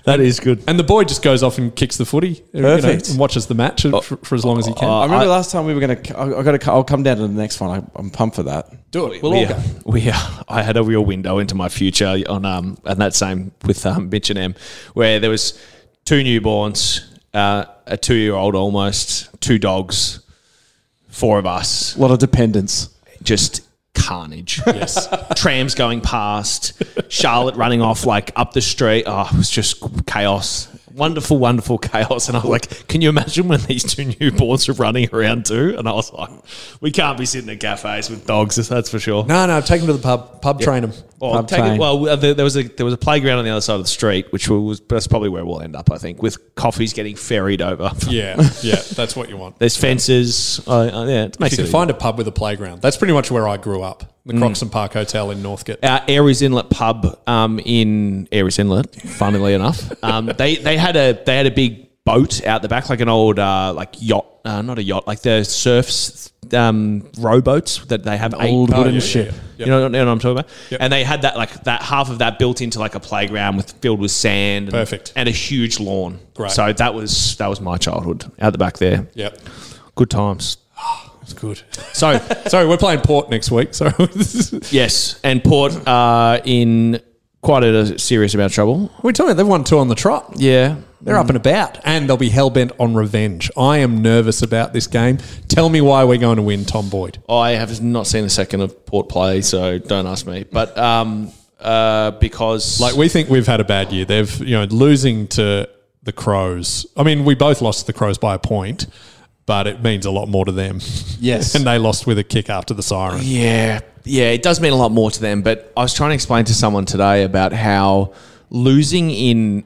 [SPEAKER 7] that is good.
[SPEAKER 10] and the boy just goes off and kicks the footy. you know,
[SPEAKER 8] Perfect. Oh,
[SPEAKER 10] and watches the match for, for as long as he can.
[SPEAKER 7] Oh,
[SPEAKER 8] I remember last time we were going to. I got to. I'll come down to the next one. I, I'm pumped for that.
[SPEAKER 10] do it.
[SPEAKER 7] we, uh, we, uh, I had a real window into my future on um and that same with um Mitch and M, where there was two newborns, uh, a two year old almost, two dogs, four of us,
[SPEAKER 8] A lot of dependence.
[SPEAKER 7] just carnage. Yes. Trams going past, Charlotte running off like up the street. Oh, it was just chaos. Wonderful, wonderful chaos. And I was like, can you imagine when these two newborns are running around too? And I was like, we can't be sitting at cafes with dogs, that's for sure.
[SPEAKER 10] No, no, take him to the pub. Pub train him.
[SPEAKER 7] Well,
[SPEAKER 8] Pub
[SPEAKER 7] take it,
[SPEAKER 8] train.
[SPEAKER 7] well, uh, there, there was a there was a playground on the other side of the street, which was that's probably where we'll end up, I think, with coffees getting ferried over.
[SPEAKER 10] Yeah, yeah, that's what you want.
[SPEAKER 7] There's fences. Uh, uh, yeah, Mm. it
[SPEAKER 10] If
[SPEAKER 7] makes
[SPEAKER 10] you
[SPEAKER 7] it
[SPEAKER 10] could find a pub with a playground, that's pretty much where I grew up. The Croxton Park Hotel in Northgate.
[SPEAKER 7] our Aries Inlet pub um, in Aries Inlet. Funnily enough, um, they they had a they had a big boat out the back, like an old uh, like yacht, uh, not a yacht, like the surfs um, rowboats that they have. eight-
[SPEAKER 8] old
[SPEAKER 7] Oh,
[SPEAKER 8] wooden
[SPEAKER 7] yeah, yeah,
[SPEAKER 8] ship.
[SPEAKER 7] yeah. You know, you know what I'm talking about? And they had that like that half of that built into like a playground with filled with sand, and,
[SPEAKER 10] Perfect.
[SPEAKER 7] and a huge lawn.
[SPEAKER 10] Great.
[SPEAKER 7] So that was that was my childhood out the back there.
[SPEAKER 10] Yep.
[SPEAKER 7] Good times.
[SPEAKER 10] It's good.
[SPEAKER 7] So
[SPEAKER 10] Sorry, we're playing Port next week. Sorry. We're
[SPEAKER 7] yes, and Port uh, in quite a serious amount of trouble.
[SPEAKER 10] talking about they've won two on the trot.
[SPEAKER 7] Yeah.
[SPEAKER 10] They're up and about, and they'll be hell bent on revenge. I am nervous about this game. Tell me why we're going to win, Tom Boyd.
[SPEAKER 7] Oh, I have not seen a second of Port play, so don't ask me. But um, uh, because
[SPEAKER 10] Like we think we've had a bad year. They've you know losing to the Crows. I mean, we both lost to the Crows by a point, but it means a lot more to them.
[SPEAKER 8] Yes.
[SPEAKER 10] and they lost with a kick after the siren.
[SPEAKER 7] yeah, yeah, it does mean a lot more to them. But I was trying to explain to someone today about how losing in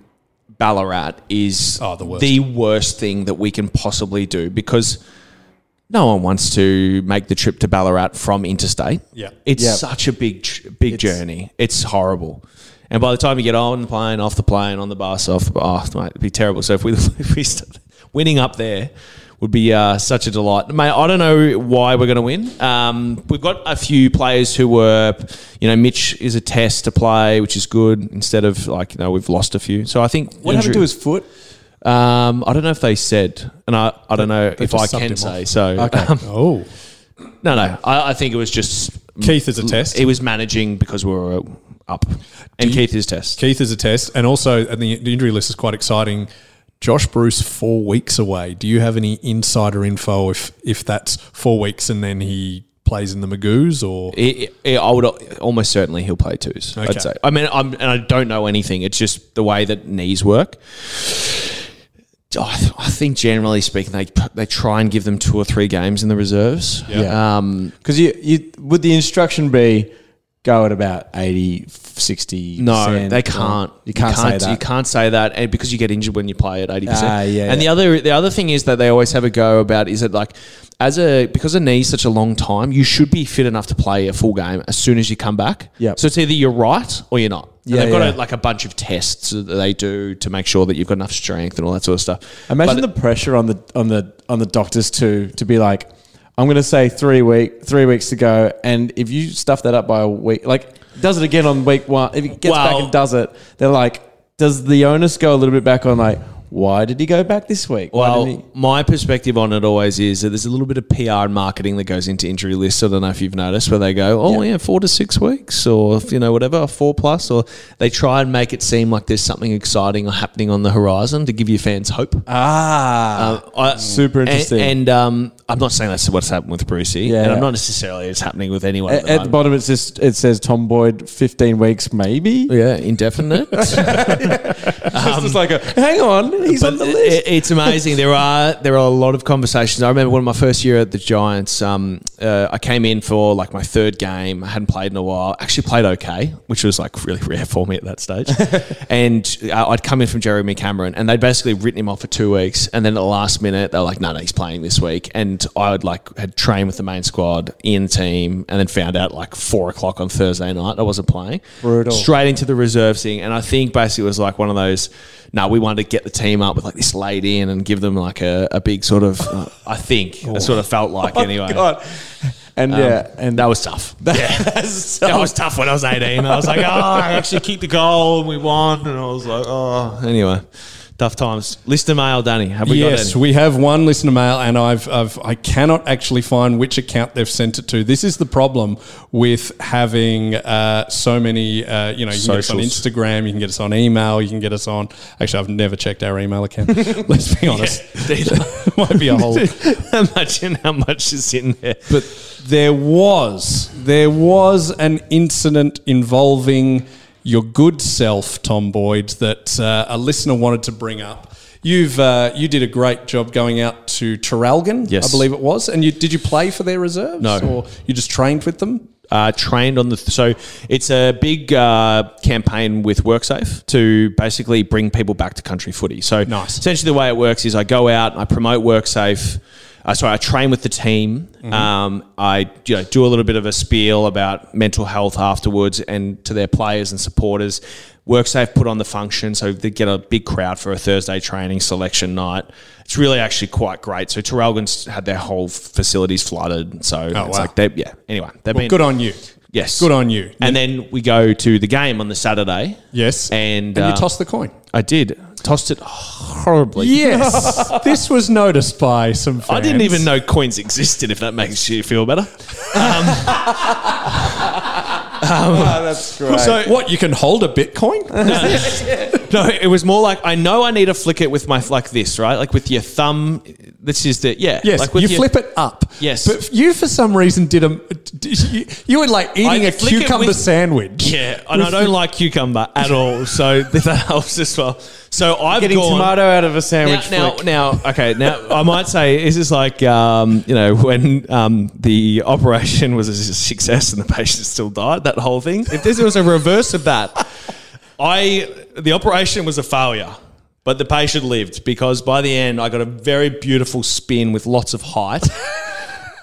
[SPEAKER 7] Ballarat is
[SPEAKER 10] Oh, the worst.
[SPEAKER 7] worst thing that we can possibly do because no one wants to make the trip to Ballarat from interstate.
[SPEAKER 10] Yeah.
[SPEAKER 7] it's
[SPEAKER 8] Yeah.
[SPEAKER 7] such a big, tr- big journey. It's horrible. And by the time you get on the plane, off the plane, on the bus, off, oh, mate, it'd be terrible. So if we, if we start winning up there, would be uh, such a delight, mate. I don't know why we're going to win. Um, we've got a few players who were, you know, Mitch is a test to play, which is good. Instead of like, you know, we've lost a few. So I think
[SPEAKER 8] What happened to his foot?
[SPEAKER 7] Um, I don't know if they said, and I, I don't know if I
[SPEAKER 10] just subbed him
[SPEAKER 7] can
[SPEAKER 10] off.
[SPEAKER 7] say. So um,
[SPEAKER 10] Oh,
[SPEAKER 7] no, no. I, I think it was just
[SPEAKER 10] Keith is a test.
[SPEAKER 7] It was managing because we were up, and
[SPEAKER 10] you-
[SPEAKER 7] Keith is test.
[SPEAKER 10] Keith is a test, and also and the, the injury list is quite exciting. Josh Bruce four weeks away. Do you have any insider info if if that's four weeks and then he plays in the Magoos or
[SPEAKER 7] It, it, I would almost certainly he'll play twos.
[SPEAKER 10] Okay.
[SPEAKER 7] I'd say. I mean, I'm and I don't know anything. It's just the way that knees work. I, th- I think generally speaking, they they try and give them two or three games in the reserves.
[SPEAKER 8] Yeah.
[SPEAKER 7] Um,
[SPEAKER 8] Because you, you would the instruction be go at about 80, 60
[SPEAKER 7] no, they can't. you
[SPEAKER 8] You can't,
[SPEAKER 7] can't
[SPEAKER 8] say that.
[SPEAKER 7] You can't say that, and because you get injured when you play at eighty percent.
[SPEAKER 8] Ah, yeah,
[SPEAKER 7] And the
[SPEAKER 8] yeah.
[SPEAKER 7] other the other thing is that they always have a go about is it like as a because a knee's such a long time, you should be fit enough to play a full game as soon as you come back.
[SPEAKER 8] Yep.
[SPEAKER 7] So it's either you're right or you're not. And
[SPEAKER 8] Yeah,
[SPEAKER 7] they've got
[SPEAKER 8] yeah.
[SPEAKER 7] A, like a bunch of tests that they do to make sure that you've got enough strength and all that sort of stuff.
[SPEAKER 8] Imagine
[SPEAKER 7] But-
[SPEAKER 8] the pressure on the on the on the doctors to to be like, I'm going to say three week three weeks to go, and if you stuff that up by a week, like does it again on week one, if he gets back
[SPEAKER 7] Well-
[SPEAKER 8] and does it, they're like, does the onus go a little bit back on like, why did he go back this week? Why
[SPEAKER 7] Well,
[SPEAKER 8] didn't he-
[SPEAKER 7] my perspective on it always is that there's a little bit of PR and marketing that goes into injury lists. I don't know if you've noticed where they go, oh yeah, four to six weeks, or you know whatever, four plus, or they try and make it seem like there's something exciting or happening on the horizon to give your fans hope.
[SPEAKER 8] ah,
[SPEAKER 7] Um, I-
[SPEAKER 8] Super
[SPEAKER 7] and-
[SPEAKER 8] interesting.
[SPEAKER 7] And, um, I'm not saying that's what's happened with Brucey,
[SPEAKER 8] Yeah. E-,
[SPEAKER 7] and I'm not necessarily it's happening with anyone at,
[SPEAKER 8] at,
[SPEAKER 7] the
[SPEAKER 8] at the
[SPEAKER 7] moment.
[SPEAKER 8] bottom it's just it says Tom Boyd, fifteen weeks maybe.
[SPEAKER 7] Yeah, indefinite. Um,
[SPEAKER 8] it's just like a hang on, he's
[SPEAKER 7] But
[SPEAKER 8] on the
[SPEAKER 7] it-
[SPEAKER 8] list.
[SPEAKER 7] it- it's amazing. There are there are a lot of conversations. I remember when my first year at the Giants, um, uh, I came in for like my third game. I hadn't played in a while. Actually played okay, which was like really rare for me at that stage. and uh, I'd come in from Jeremy Cameron, and they'd basically written him off for two weeks. And then at the last minute, they're like, "No, no, he's playing this week." And I would like had trained with the main squad in team, and then found out like four o'clock on Thursday night I wasn't playing.
[SPEAKER 8] Brutal.
[SPEAKER 7] Straight straight into the reserve thing. And I think basically it was like one of those, no, we wanted to get the team up with like this laid in and give them like a, a big sort of, uh, I think, it sort of felt like anyway.
[SPEAKER 8] Oh
[SPEAKER 7] Um,
[SPEAKER 8] God. And yeah, and
[SPEAKER 7] That was tough. That was tough when I was 18. I was like, oh, I actually kicked the goal and we won. And I was like, oh, anyway, tough times. Listener mail, Danny. Have we
[SPEAKER 10] yes,
[SPEAKER 7] got any?
[SPEAKER 10] we have one listener mail, and I've, I've I cannot actually find which account they've sent it to. This is the problem with having uh, so many. Uh, you know, you can get us
[SPEAKER 7] Socials.
[SPEAKER 10] on Instagram, you can get us on email, you can get us on. Actually, I've never checked our email account. Let's be honest, might be a whole.
[SPEAKER 7] Imagine how much is in there.
[SPEAKER 10] But there was there was an incident involving your good self, Tom Boyd, that uh, a listener wanted to bring up. You've uh, you did a great job going out to Terralgan,
[SPEAKER 7] Yes.
[SPEAKER 10] I believe it was. And you did you play for their reserves?
[SPEAKER 7] No.
[SPEAKER 10] or you just trained with them?
[SPEAKER 7] uh, trained on the. so it's a big uh, campaign with WorkSafe to basically bring people back to country footy. So
[SPEAKER 10] Nice.
[SPEAKER 7] essentially, the way it works is I go out, I promote WorkSafe. Uh, sorry, I train with the team.
[SPEAKER 10] Mm-hmm.
[SPEAKER 7] Um, I you know, do a little bit of a spiel about mental health afterwards and to their players and supporters. WorkSafe put on the function, so they get a big crowd for a Thursday training selection night. It's really actually quite great. So Terralgan's had their whole facilities flooded. So it's
[SPEAKER 10] Oh, wow.
[SPEAKER 7] like, they, yeah. Anyway, they've
[SPEAKER 10] Well,
[SPEAKER 7] been
[SPEAKER 10] good on you.
[SPEAKER 7] Yes.
[SPEAKER 10] Good on you.
[SPEAKER 7] And then we go to the game on the Saturday.
[SPEAKER 10] Yes,
[SPEAKER 7] And,
[SPEAKER 10] and
[SPEAKER 7] uh,
[SPEAKER 10] you tossed the coin.
[SPEAKER 7] I did. Tossed it horribly.
[SPEAKER 10] Yes, this was noticed by some. Fans.
[SPEAKER 7] I didn't even know coins existed, if that makes you feel better. Um,
[SPEAKER 8] that's great.
[SPEAKER 10] So Oh, what you can hold a Bitcoin?
[SPEAKER 7] No, it was more like I know I need to flick it with my like this, right? Like with your thumb. This is the yeah.
[SPEAKER 10] Yes,
[SPEAKER 7] like
[SPEAKER 10] you
[SPEAKER 7] with your-
[SPEAKER 10] flip it up.
[SPEAKER 7] Yes.
[SPEAKER 10] but you for some reason did a. did you, you were like eating
[SPEAKER 7] I
[SPEAKER 10] a
[SPEAKER 7] flick it
[SPEAKER 10] cucumber
[SPEAKER 7] with-
[SPEAKER 10] sandwich.
[SPEAKER 7] Yeah, and I don't like cucumber at all, so that helps as well. So I've
[SPEAKER 8] Getting
[SPEAKER 7] gone,
[SPEAKER 8] tomato out of a sandwich.
[SPEAKER 7] now,
[SPEAKER 8] flick.
[SPEAKER 7] now, now, okay. Now, I might say this is like um, you know when um, the operation was a success and the patient still died. That whole thing. If this was a reverse of that, I the operation was a failure, but the patient lived because by the end I got a very beautiful spin with lots of height,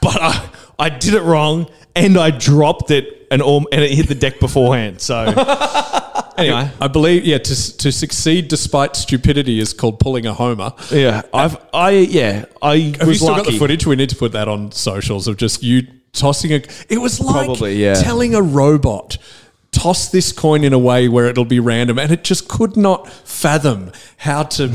[SPEAKER 7] but I, I did it wrong and I dropped it and all, and it hit the deck beforehand. So anyway,
[SPEAKER 10] I believe, yeah, to, to succeed despite stupidity is called pulling a homer.
[SPEAKER 7] yeah, I've I yeah I
[SPEAKER 10] Have you
[SPEAKER 7] was
[SPEAKER 10] still got
[SPEAKER 7] lucky.
[SPEAKER 10] the footage? We need to put that on socials of just you tossing a. It was like
[SPEAKER 7] Probably, yeah.
[SPEAKER 10] telling a robot, toss this coin in a way where it'll be random, and it just could not fathom how to,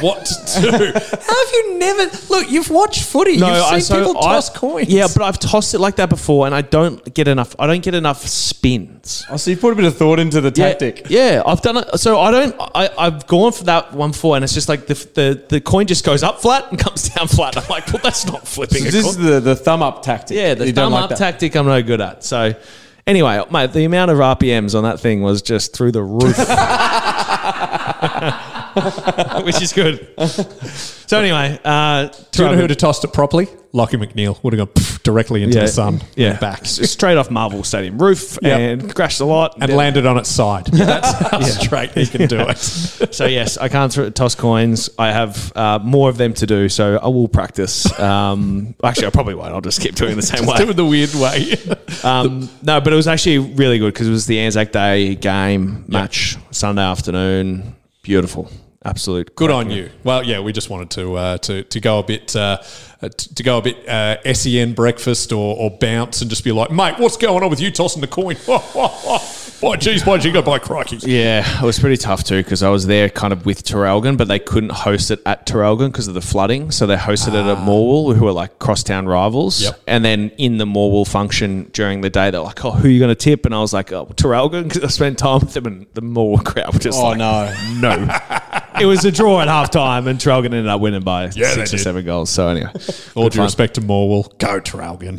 [SPEAKER 10] what to do. how have you never look? You've watched footy. you've seen
[SPEAKER 7] so
[SPEAKER 10] people
[SPEAKER 7] I-
[SPEAKER 10] toss coins.
[SPEAKER 7] Yeah, but I've tossed it like that before, and I don't get enough. I don't get enough spins.
[SPEAKER 8] oh, so you put a bit of thought into the tactic.
[SPEAKER 7] Yeah, yeah, I've done it. So I don't. I, I've gone for that one four, and it's just like the, the the coin just goes up flat and comes down flat. I'm like, well, that's not flipping.
[SPEAKER 8] So
[SPEAKER 7] a
[SPEAKER 8] this is
[SPEAKER 7] coin.
[SPEAKER 8] the, the thumb up tactic.
[SPEAKER 7] yeah, the
[SPEAKER 8] You don't
[SPEAKER 7] thumb
[SPEAKER 8] like
[SPEAKER 7] up
[SPEAKER 8] that.
[SPEAKER 7] tactic. I'm no good at. So anyway, mate, the amount of RPMs on that thing was just through the roof. Which is good. So anyway, uh,
[SPEAKER 10] Do you know who would have tossed it properly? Lockie McNeil would have gone pff, directly into the sun
[SPEAKER 7] Yeah.
[SPEAKER 10] and back
[SPEAKER 7] S- Straight off Marvel Stadium roof
[SPEAKER 10] Yep.
[SPEAKER 7] and crashed a lot.
[SPEAKER 10] and landed on its side. That's how straight he can do it.
[SPEAKER 7] So, yes, I can't throw, toss coins. I have uh, more of them to do, so I will practice. Um, actually, I probably won't. I'll just keep doing it the same way.
[SPEAKER 10] Do it the weird way.
[SPEAKER 7] Um, no, but it was actually really good because it was the Anzac Day game match Sunday afternoon. Beautiful. Absolute.
[SPEAKER 10] Good on you. Well, yeah, we just wanted to uh, to to go a bit uh, uh, t- to go a bit uh, sen breakfast or, or bounce and just be like, mate, what's going on with you tossing the coin? By jeez, by jingo, by crikey.
[SPEAKER 7] Yeah, it was pretty tough too because I was there kind of with Terralgan, but they couldn't host it at Terralgan because of the flooding. So they hosted it at Morwell, who are like crosstown rivals.
[SPEAKER 10] Ah. Yep.
[SPEAKER 7] And then in the Morwell function during the day, they're like, oh, who are you going to tip? And I was like, oh, Terralgan, because I spent time with them and the Morwell crowd were just
[SPEAKER 8] Oh
[SPEAKER 7] like,
[SPEAKER 8] no!
[SPEAKER 7] no. it was a draw at half time and Terralgan ended up winning by
[SPEAKER 10] they
[SPEAKER 7] six or
[SPEAKER 10] did.
[SPEAKER 7] seven goals. So anyway.
[SPEAKER 10] All
[SPEAKER 7] good
[SPEAKER 10] due
[SPEAKER 7] fun.
[SPEAKER 10] respect to Morwell. Go Tralgan.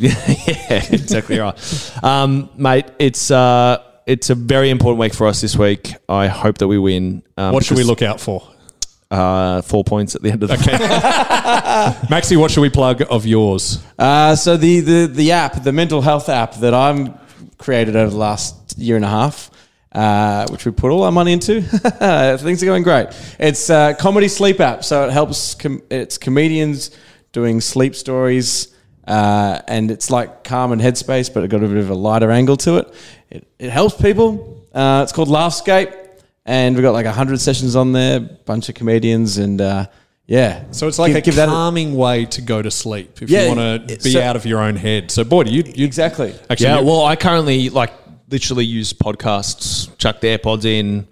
[SPEAKER 7] yeah, exactly right, um, mate. It's uh, it's a very important week for us this week. I hope that we win. Um,
[SPEAKER 10] What should we
[SPEAKER 7] because,
[SPEAKER 10] look out for?
[SPEAKER 7] Uh, four points at the end of the
[SPEAKER 10] Maxi, what should we plug of yours?
[SPEAKER 8] Uh, so the, the the app, the mental health app that I'm created over the last year and a half, uh, which we put all our money into, things are going great. It's a comedy sleep app, so it helps. Com- it's comedians doing sleep stories, uh, and it's like calm and headspace, but it got a bit of a lighter angle to it. It, it helps people. Uh, it's called Laughscape, and we've got like hundred sessions on there, bunch of comedians, and uh, yeah.
[SPEAKER 10] So it's like
[SPEAKER 8] Give-
[SPEAKER 10] a
[SPEAKER 8] give that
[SPEAKER 10] calming way to go to sleep if
[SPEAKER 8] Yeah,
[SPEAKER 10] you want to
[SPEAKER 8] it-
[SPEAKER 10] be
[SPEAKER 8] so-
[SPEAKER 10] out of your own head. So, Boyd, you, you
[SPEAKER 8] Exactly.
[SPEAKER 10] Actually,
[SPEAKER 7] yeah,
[SPEAKER 10] you-
[SPEAKER 7] well, I currently like literally use podcasts, chuck the AirPods in,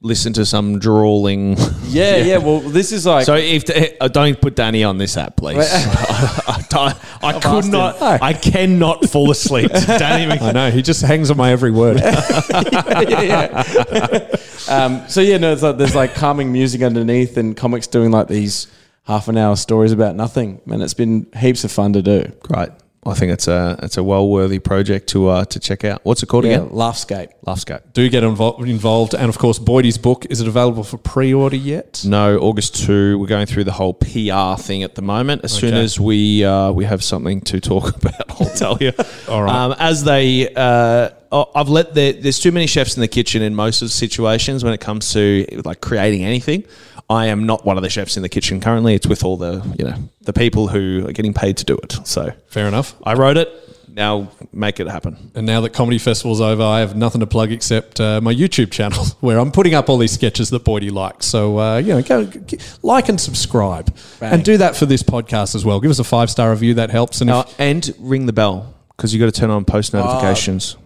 [SPEAKER 7] listen to some drawling.
[SPEAKER 8] Yeah, yeah, Well, this is like
[SPEAKER 7] So if uh, don't put Danny on this app, please. I, I could
[SPEAKER 8] asked
[SPEAKER 7] not.
[SPEAKER 10] him.
[SPEAKER 7] I cannot fall asleep. to Danny,
[SPEAKER 10] I know he just hangs on my every word.
[SPEAKER 8] yeah, yeah. um, so yeah, no, it's like, there's like calming music underneath, and comics doing like these half an hour stories about nothing, and it's been heaps of fun to do.
[SPEAKER 7] right? I think it's a it's a well worthy project to uh, to check out. What's it called
[SPEAKER 8] Yeah,
[SPEAKER 7] again?
[SPEAKER 8] Laughscape.
[SPEAKER 7] Laughscape.
[SPEAKER 10] Do get invo- involved, and of course, Boydie's book is it available for pre-order yet?
[SPEAKER 7] No, August two. We're going through the whole PR thing at the moment. As soon
[SPEAKER 10] Okay.
[SPEAKER 7] as we uh, we have something to talk about, I'll tell you.
[SPEAKER 10] All right.
[SPEAKER 7] Um, as they, uh, I- I've let the, there's too many chefs in the kitchen in most of the situations when it comes to like creating anything. I am not one of the chefs in the kitchen currently. It's with all the you know the people who are getting paid to do it. So
[SPEAKER 10] Fair enough.
[SPEAKER 7] I wrote it. Now make it happen.
[SPEAKER 10] And now that comedy festival's over, I have nothing to plug except uh, my YouTube channel, where I'm putting up all these sketches that Boydie likes. So uh, you know, go g- like and subscribe, and do that for this podcast as well. Give us a five star review; that helps. And if,
[SPEAKER 7] Uh, and ring the bell because you got to turn on post
[SPEAKER 10] Ah.
[SPEAKER 7] notifications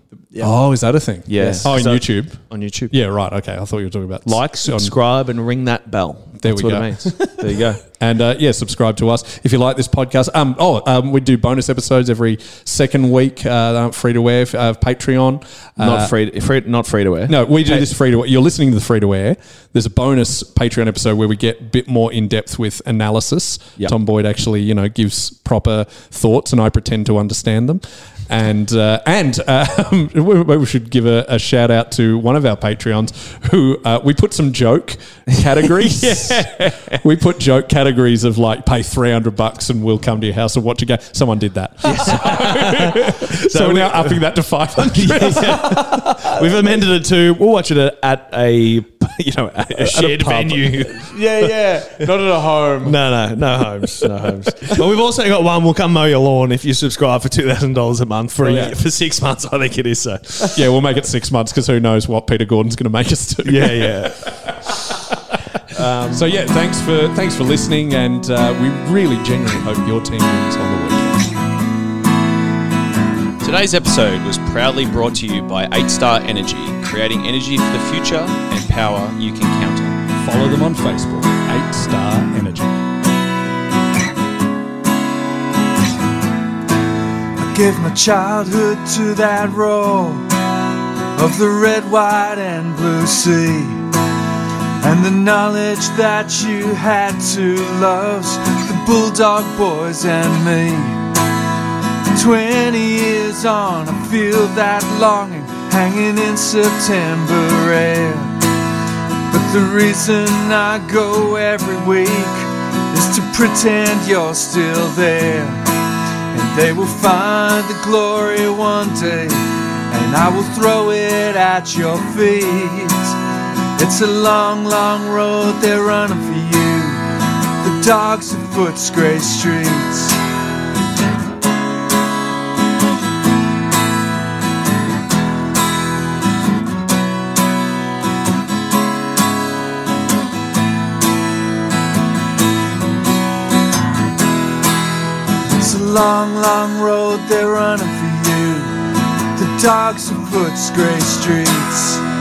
[SPEAKER 10] oh, is that a thing?
[SPEAKER 7] Yes.
[SPEAKER 10] Oh, in
[SPEAKER 7] So-
[SPEAKER 10] YouTube.
[SPEAKER 7] on YouTube.
[SPEAKER 10] Yeah, right. Okay, I thought you were talking about
[SPEAKER 7] like,
[SPEAKER 10] on-
[SPEAKER 7] subscribe, and ring that bell.
[SPEAKER 10] There
[SPEAKER 7] That's
[SPEAKER 10] we
[SPEAKER 7] what
[SPEAKER 10] go.
[SPEAKER 7] it means. There you go.
[SPEAKER 10] And uh, yeah, subscribe to us if you like this podcast. Um, oh, um, we do bonus episodes every second week. Uh, they aren't free to air. Uh, Patreon. Uh,
[SPEAKER 7] not free, free, not free to air.
[SPEAKER 10] No, we do this free to. You're listening to the free to air. There's a bonus Patreon episode where we get a bit more in depth with analysis.
[SPEAKER 7] Yep.
[SPEAKER 10] Tom Boyd actually, you know, gives proper thoughts, and I pretend to understand them. And uh, and um, we, we should give a, a shout out to one of our Patreons who uh, we put some joke categories. We put joke categories of like pay three hundred bucks and we'll come to your house and watch a game. Someone did that. so, we're now upping that to five hundred.
[SPEAKER 7] We've amended it to we'll watch it at a you know a, a shared
[SPEAKER 10] pub.
[SPEAKER 7] venue.
[SPEAKER 8] Yeah, yeah. Not at a home.
[SPEAKER 7] no, no, no homes, no homes. But we've also got one. We'll come mow your lawn if you subscribe for two thousand dollars a month
[SPEAKER 8] Oh,
[SPEAKER 7] for a
[SPEAKER 10] Yeah.
[SPEAKER 7] year, for six months. I think it is so.
[SPEAKER 10] Yeah, we'll make it six months because who knows what Peter Gordon's going to make us do.
[SPEAKER 7] Yeah, yeah.
[SPEAKER 10] So yeah, thanks for thanks for listening, and uh, we really genuinely hope your team wins on the weekend.
[SPEAKER 1] Today's episode was proudly brought to you by 8 Star Energy, creating energy for the future and power you can count on.
[SPEAKER 10] Follow them on Facebook, Eight Star Energy.
[SPEAKER 11] Give my childhood to that roll of the red, white, and blue sea. And the knowledge that you had to love's the Bulldog Boys and me. Twenty years on, I feel that longing hanging in September air. But the reason I go every week is to pretend you're still there. And they will find the glory one day, and I will throw it at your feet. It's a long, long road they're running for you. The dogs of Foots Grey Streets. It's a long, long road they're running for you. The dogs and footscray streets.